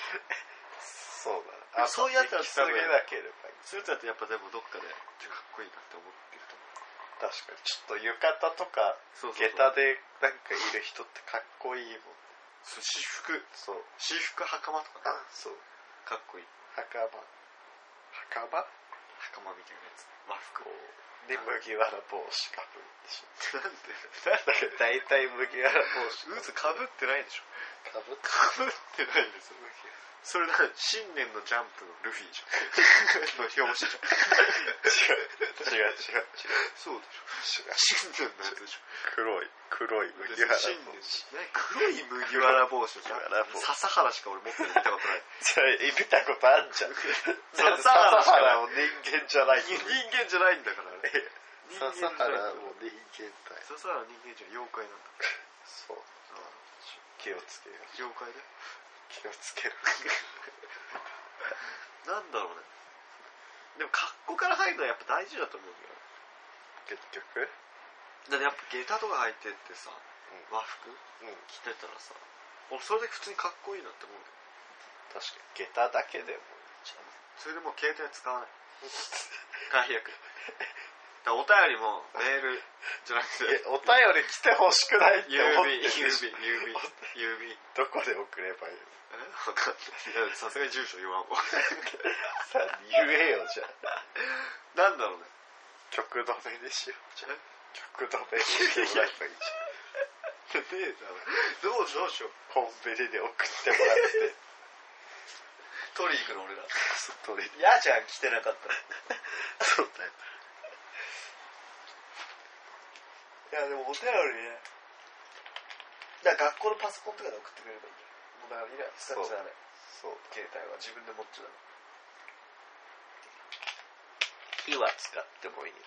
[SPEAKER 1] そうだ
[SPEAKER 2] で
[SPEAKER 1] な
[SPEAKER 2] もそういうやつは
[SPEAKER 1] 行き続けなければいい
[SPEAKER 2] <laughs> そういうやつだってやっぱでもどっかでちょっとかっこいいなって思ってると
[SPEAKER 1] 確かにちょっと浴衣とか
[SPEAKER 2] 思うそう
[SPEAKER 1] 下
[SPEAKER 2] そう
[SPEAKER 1] 駄でなんかいる人ってかっこいいもん
[SPEAKER 2] そう私服
[SPEAKER 1] そう
[SPEAKER 2] 私服袴とか
[SPEAKER 1] あ
[SPEAKER 2] ね
[SPEAKER 1] そう
[SPEAKER 2] かっこいい
[SPEAKER 1] 袴袴
[SPEAKER 2] 袴みたいなやつ和服
[SPEAKER 1] こうで麦わら帽子かぶるでしょ
[SPEAKER 2] <laughs> なんで
[SPEAKER 1] だから大体麦わら帽子
[SPEAKER 2] ウーツかぶってないでしょ
[SPEAKER 1] かぶって
[SPEAKER 2] かぶってないですよそれだ新年のジャンプのルフィじゃんの表紙じゃん
[SPEAKER 1] 違 <laughs> う違う違う違う
[SPEAKER 2] そうでしょ
[SPEAKER 1] 違う
[SPEAKER 2] 新年のやつでしょ
[SPEAKER 1] 黒い黒い麦わら帽
[SPEAKER 2] 新年
[SPEAKER 1] 子
[SPEAKER 2] ね黒い麦わら帽子じゃん
[SPEAKER 1] 麦わら帽子
[SPEAKER 2] 笹原しか俺持ってるの見たことない
[SPEAKER 1] それ見たことあんじゃん
[SPEAKER 2] 笹原
[SPEAKER 1] 笹原を人間じゃない
[SPEAKER 2] <laughs> 人間じゃないんだからね人間じ
[SPEAKER 1] 笹
[SPEAKER 2] ゃない
[SPEAKER 1] 原も人間だよ
[SPEAKER 2] 笹原は人間じゃん妖怪なんだ
[SPEAKER 1] そう気をつけよう
[SPEAKER 2] 妖怪だよ
[SPEAKER 1] 気をつける
[SPEAKER 2] なんだろうねでも格好から入るのはやっぱ大事だと思うんだよ
[SPEAKER 1] 結局
[SPEAKER 2] だってやっぱ下駄とか履いてってさ和服
[SPEAKER 1] うん、うん、
[SPEAKER 2] 着てたらさ俺それで普通にかっこいいなって思うよ
[SPEAKER 1] 確かに下駄だけでも
[SPEAKER 2] それでもう携帯使 <laughs> わない最悪 <laughs> だからお便りもメールじゃなく
[SPEAKER 1] え
[SPEAKER 2] て
[SPEAKER 1] お便り来てほしくないっ
[SPEAKER 2] <laughs>
[SPEAKER 1] て
[SPEAKER 2] 郵
[SPEAKER 1] 思って
[SPEAKER 2] 便
[SPEAKER 1] る
[SPEAKER 2] 郵便郵便郵便
[SPEAKER 1] どこで送ればいいの
[SPEAKER 2] えわかんないいやさすがに住所言わんわ
[SPEAKER 1] さあ言えよじゃあ
[SPEAKER 2] なんだろうね
[SPEAKER 1] 曲止めにしよう
[SPEAKER 2] じゃ
[SPEAKER 1] 曲止めにしてもらえばいいじゃん
[SPEAKER 2] ねえだろどうしようどうしよう
[SPEAKER 1] コンビニで送ってもらって
[SPEAKER 2] 取り行くの俺ら
[SPEAKER 1] 取り
[SPEAKER 2] 嫌じゃん来てな
[SPEAKER 1] <laughs>
[SPEAKER 2] かったら
[SPEAKER 1] そうだよ
[SPEAKER 2] いやでもお便りねだから学校のパソコンとかで送ってくれればいいじゃんもうだからいら使っちゃダメ
[SPEAKER 1] そう
[SPEAKER 2] 携帯は自分で持っちゃダメ
[SPEAKER 1] 火は使ってもいいの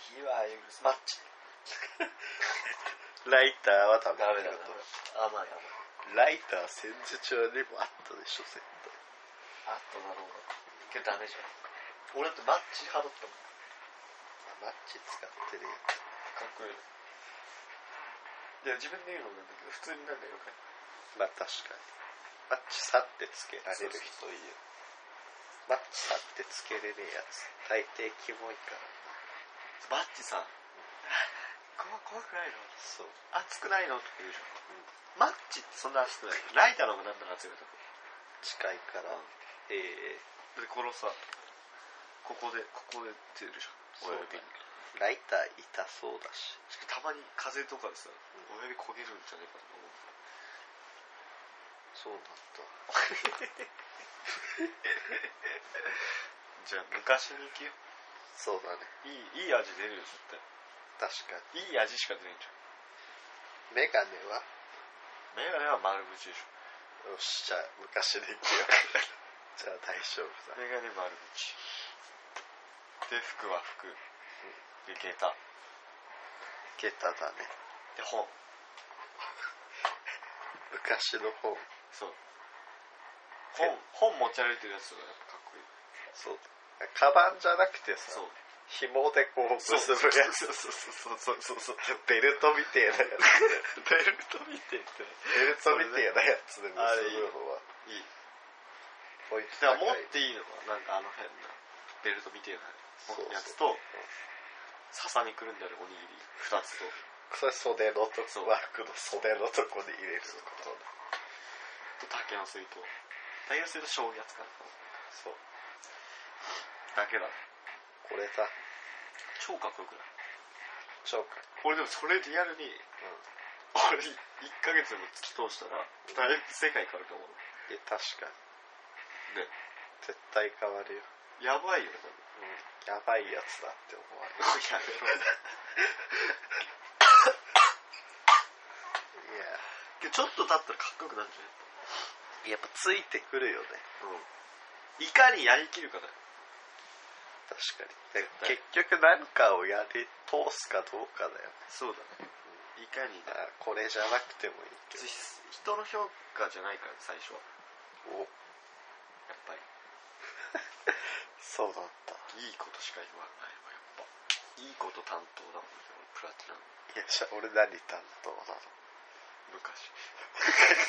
[SPEAKER 2] 火は許すマッチ
[SPEAKER 1] ライターはダメだけど
[SPEAKER 2] あまあやばい
[SPEAKER 1] ライター戦時中にもあったでしょ絶対
[SPEAKER 2] あとだろうがけどダメじゃん俺だってマッチ派だったもん
[SPEAKER 1] マッチ使ってるよ
[SPEAKER 2] かっこいいいや自分で言うのもなんだけど普通になんかよくない
[SPEAKER 1] まあ確かにマッチさってつけられる人いるよマッチさってつけれねえやつ大抵キモいから
[SPEAKER 2] マッチさ <laughs> 怖怖くないの
[SPEAKER 1] そう
[SPEAKER 2] 熱くないのって言うじゃん、マッチってそんな熱くないライターの方がなんなら熱いよだっ
[SPEAKER 1] 近いからえ
[SPEAKER 2] てこのさここでここで出るじゃん
[SPEAKER 1] そう
[SPEAKER 2] 親指に
[SPEAKER 1] ー、ライター痛そうだし
[SPEAKER 2] しかもたまに風とかでさ親指焦げるんじゃないかと思う
[SPEAKER 1] そうなんだ
[SPEAKER 2] じゃあ昔に行けよ
[SPEAKER 1] そうだね
[SPEAKER 2] いいいい味出るよ絶対
[SPEAKER 1] 確かに
[SPEAKER 2] いい味しか出ないじゃん
[SPEAKER 1] メガネは
[SPEAKER 2] メガネは丸縁でしょ
[SPEAKER 1] よしじゃあ昔でいくよ <laughs> じゃあ大丈夫だ
[SPEAKER 2] <laughs> メガネ丸縁で服は服で下駄
[SPEAKER 1] 下駄だね
[SPEAKER 2] で本
[SPEAKER 1] 昔の本
[SPEAKER 2] そう本本持ち歩いてるやつがやっぱかっこいい
[SPEAKER 1] そうだカバンじゃなくてさ
[SPEAKER 2] そう
[SPEAKER 1] 紐でこう結ぶやつ
[SPEAKER 2] そうそうそうそうそうそう
[SPEAKER 1] ベルトみてえなやつ
[SPEAKER 2] ベルト見てって
[SPEAKER 1] ベルトみてえなやつで結ぶの
[SPEAKER 2] あれいい
[SPEAKER 1] はい
[SPEAKER 2] い
[SPEAKER 1] こいつ
[SPEAKER 2] じゃあ
[SPEAKER 1] 高い
[SPEAKER 2] 持っていいのかなんかあの変なベルトみてえなやつとささみくるんであるおにぎり2つと
[SPEAKER 1] それ袖のと
[SPEAKER 2] そう
[SPEAKER 1] こバッグの袖のとこに入れることだ
[SPEAKER 2] と竹の水と竹の水と将棋やつかな
[SPEAKER 1] そう
[SPEAKER 2] だけだ
[SPEAKER 1] これさ
[SPEAKER 2] 超かっこよくない
[SPEAKER 1] 超か
[SPEAKER 2] 俺でもそれリアルに俺1ヶ月でも突き通したらだいぶ世界変わると思う
[SPEAKER 1] いや確かに
[SPEAKER 2] ね
[SPEAKER 1] 絶対変わるよ、
[SPEAKER 2] やばいよね多
[SPEAKER 1] やばいやつだって思われる
[SPEAKER 2] 分 <laughs> やめろ
[SPEAKER 1] いや
[SPEAKER 2] け <laughs> どちょっと経ったらかっこよくなるんじゃない
[SPEAKER 1] やっぱついてくるよね
[SPEAKER 2] いかにやりきるかだよ
[SPEAKER 1] 確かにで
[SPEAKER 2] 対
[SPEAKER 1] 結局何かをやり通すかどうかだよね
[SPEAKER 2] そうだねいかに
[SPEAKER 1] あこれじゃなくてもいいけど
[SPEAKER 2] 人の評価じゃないから最初は
[SPEAKER 1] お
[SPEAKER 2] やっぱり
[SPEAKER 1] そうだった
[SPEAKER 2] いいことしか言わないわやっぱいいこと担当だもんね俺プラチナの
[SPEAKER 1] いやじゃあ俺何担当なの <laughs>
[SPEAKER 2] 昔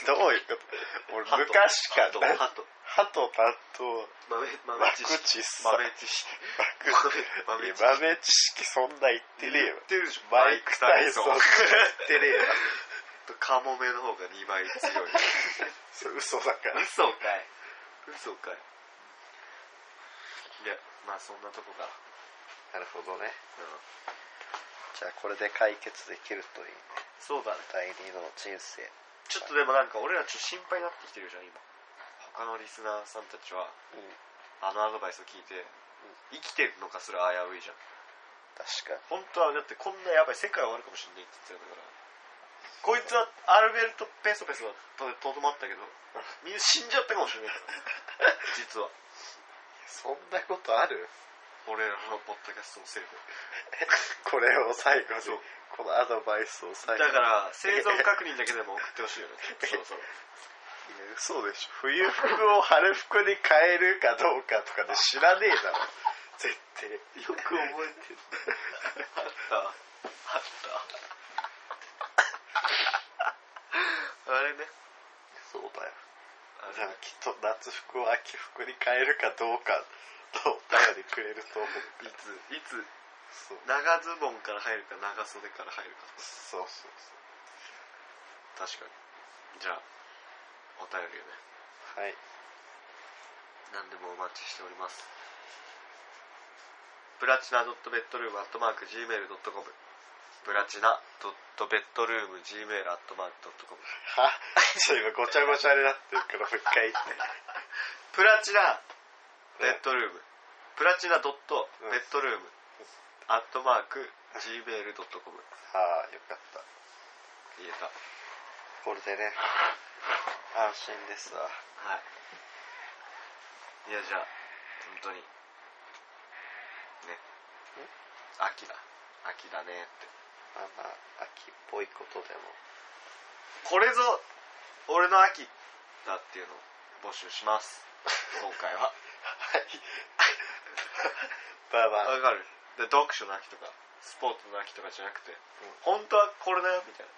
[SPEAKER 1] どういうこと俺昔か
[SPEAKER 2] ハト
[SPEAKER 1] ら
[SPEAKER 2] ハト
[SPEAKER 1] ハト担当
[SPEAKER 2] 豆豆
[SPEAKER 1] 豆
[SPEAKER 2] 知
[SPEAKER 1] 知
[SPEAKER 2] 識
[SPEAKER 1] 識
[SPEAKER 2] 豆
[SPEAKER 1] <laughs>
[SPEAKER 2] 知識豆知識
[SPEAKER 1] 豆知識そんな言ってねえよ
[SPEAKER 2] てるでしょ
[SPEAKER 1] マイク・タイソン言って <laughs> ねえよ
[SPEAKER 2] カモメの方が2倍強い
[SPEAKER 1] それ嘘だから
[SPEAKER 2] 嘘かい嘘かいいやまあそんなとこか
[SPEAKER 1] なるほどね
[SPEAKER 2] うん
[SPEAKER 1] じゃあこれで解決できるといいね
[SPEAKER 2] そうだね
[SPEAKER 1] 第二の人生
[SPEAKER 2] ちょっとでもなんか俺らちょっと心配になってきてるじゃん今他のリスナーさんたちは
[SPEAKER 1] うん
[SPEAKER 2] あのアドバイスを聞いて生きてるのかすら危ういじゃん
[SPEAKER 1] 確かに
[SPEAKER 2] 本当はだってこんなやばい世界終わるかもしんないって言ってたんだからこいつはアルベルト・ペソペソはととどまったけど <laughs> みんな死んじゃったかもしれない <laughs> から実は
[SPEAKER 1] そんなことある
[SPEAKER 2] 俺らのポッドキャストのせいで
[SPEAKER 1] これを最後
[SPEAKER 2] そう
[SPEAKER 1] にこのアドバイスを最
[SPEAKER 2] だ
[SPEAKER 1] 後に
[SPEAKER 2] から生存確認だけでも送ってほしいよねそろそろ
[SPEAKER 1] いや嘘でしょ冬服を春服に変えるかどうかとかで知らねえだろ絶対
[SPEAKER 2] <laughs> よく覚えてるあったあったあれね
[SPEAKER 1] そうだよ
[SPEAKER 2] あ
[SPEAKER 1] じゃ
[SPEAKER 2] れ
[SPEAKER 1] あきっと夏服を秋服に変えるかどうかのお便りくれると思う
[SPEAKER 2] いついつ
[SPEAKER 1] そう
[SPEAKER 2] 長ズボンから入るか長袖から入るか
[SPEAKER 1] そうそうそう
[SPEAKER 2] 確かにじゃあお便りをね
[SPEAKER 1] はい <laughs>
[SPEAKER 2] 何でもお待ちしておりますプラチナドットベッドルームアットマーク Gmail.com プラチナドットベッドルーム Gmail アットマーク .com
[SPEAKER 1] はちょっと今ごちゃごちゃになってるからもう一回言って
[SPEAKER 2] プラチナベッドルームプラチナドットベッドルームアットマーク Gmail.com
[SPEAKER 1] はあよかった
[SPEAKER 2] 言えた
[SPEAKER 1] これでね安心ですわ
[SPEAKER 2] はいいやじゃあ本当にね秋だ秋だねって
[SPEAKER 1] まあまあ秋っぽいことでも
[SPEAKER 2] これぞ俺の秋だっていうのを募集し <laughs> ます今回は
[SPEAKER 1] はい <laughs> まあまあ
[SPEAKER 2] わかるで読書の秋とかスポーツの秋とかじゃなくて、
[SPEAKER 1] う
[SPEAKER 2] 本当はこれだよみたいな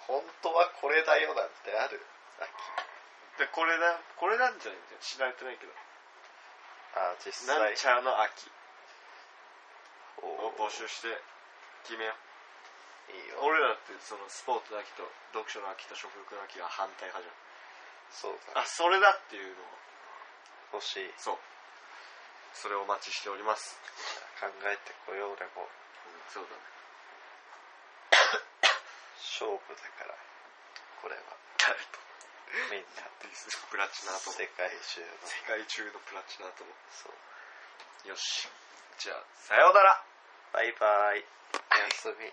[SPEAKER 1] 本当はこれだよなんてある秋
[SPEAKER 2] でこれだこれなんじゃないみたいな知られてないけど
[SPEAKER 1] あ実際
[SPEAKER 2] なんちゃらの秋
[SPEAKER 1] お
[SPEAKER 2] を募集して決めよ
[SPEAKER 1] いいうよ
[SPEAKER 2] 俺らってそのスポーツの秋と読書の秋と食欲の秋が反対派じゃん
[SPEAKER 1] そうだ
[SPEAKER 2] あそれだっていうのを
[SPEAKER 1] 欲しい
[SPEAKER 2] そうそれをお待ちしております、
[SPEAKER 1] 考えてこよう俺も
[SPEAKER 2] そうだね
[SPEAKER 1] 勝負だからこれは
[SPEAKER 2] 誰と
[SPEAKER 1] みんな
[SPEAKER 2] <laughs> プラチナと
[SPEAKER 1] 世界中の
[SPEAKER 2] 世界中のプラチナとも
[SPEAKER 1] そう
[SPEAKER 2] よしじゃあさようなら
[SPEAKER 1] バイバイおやすみ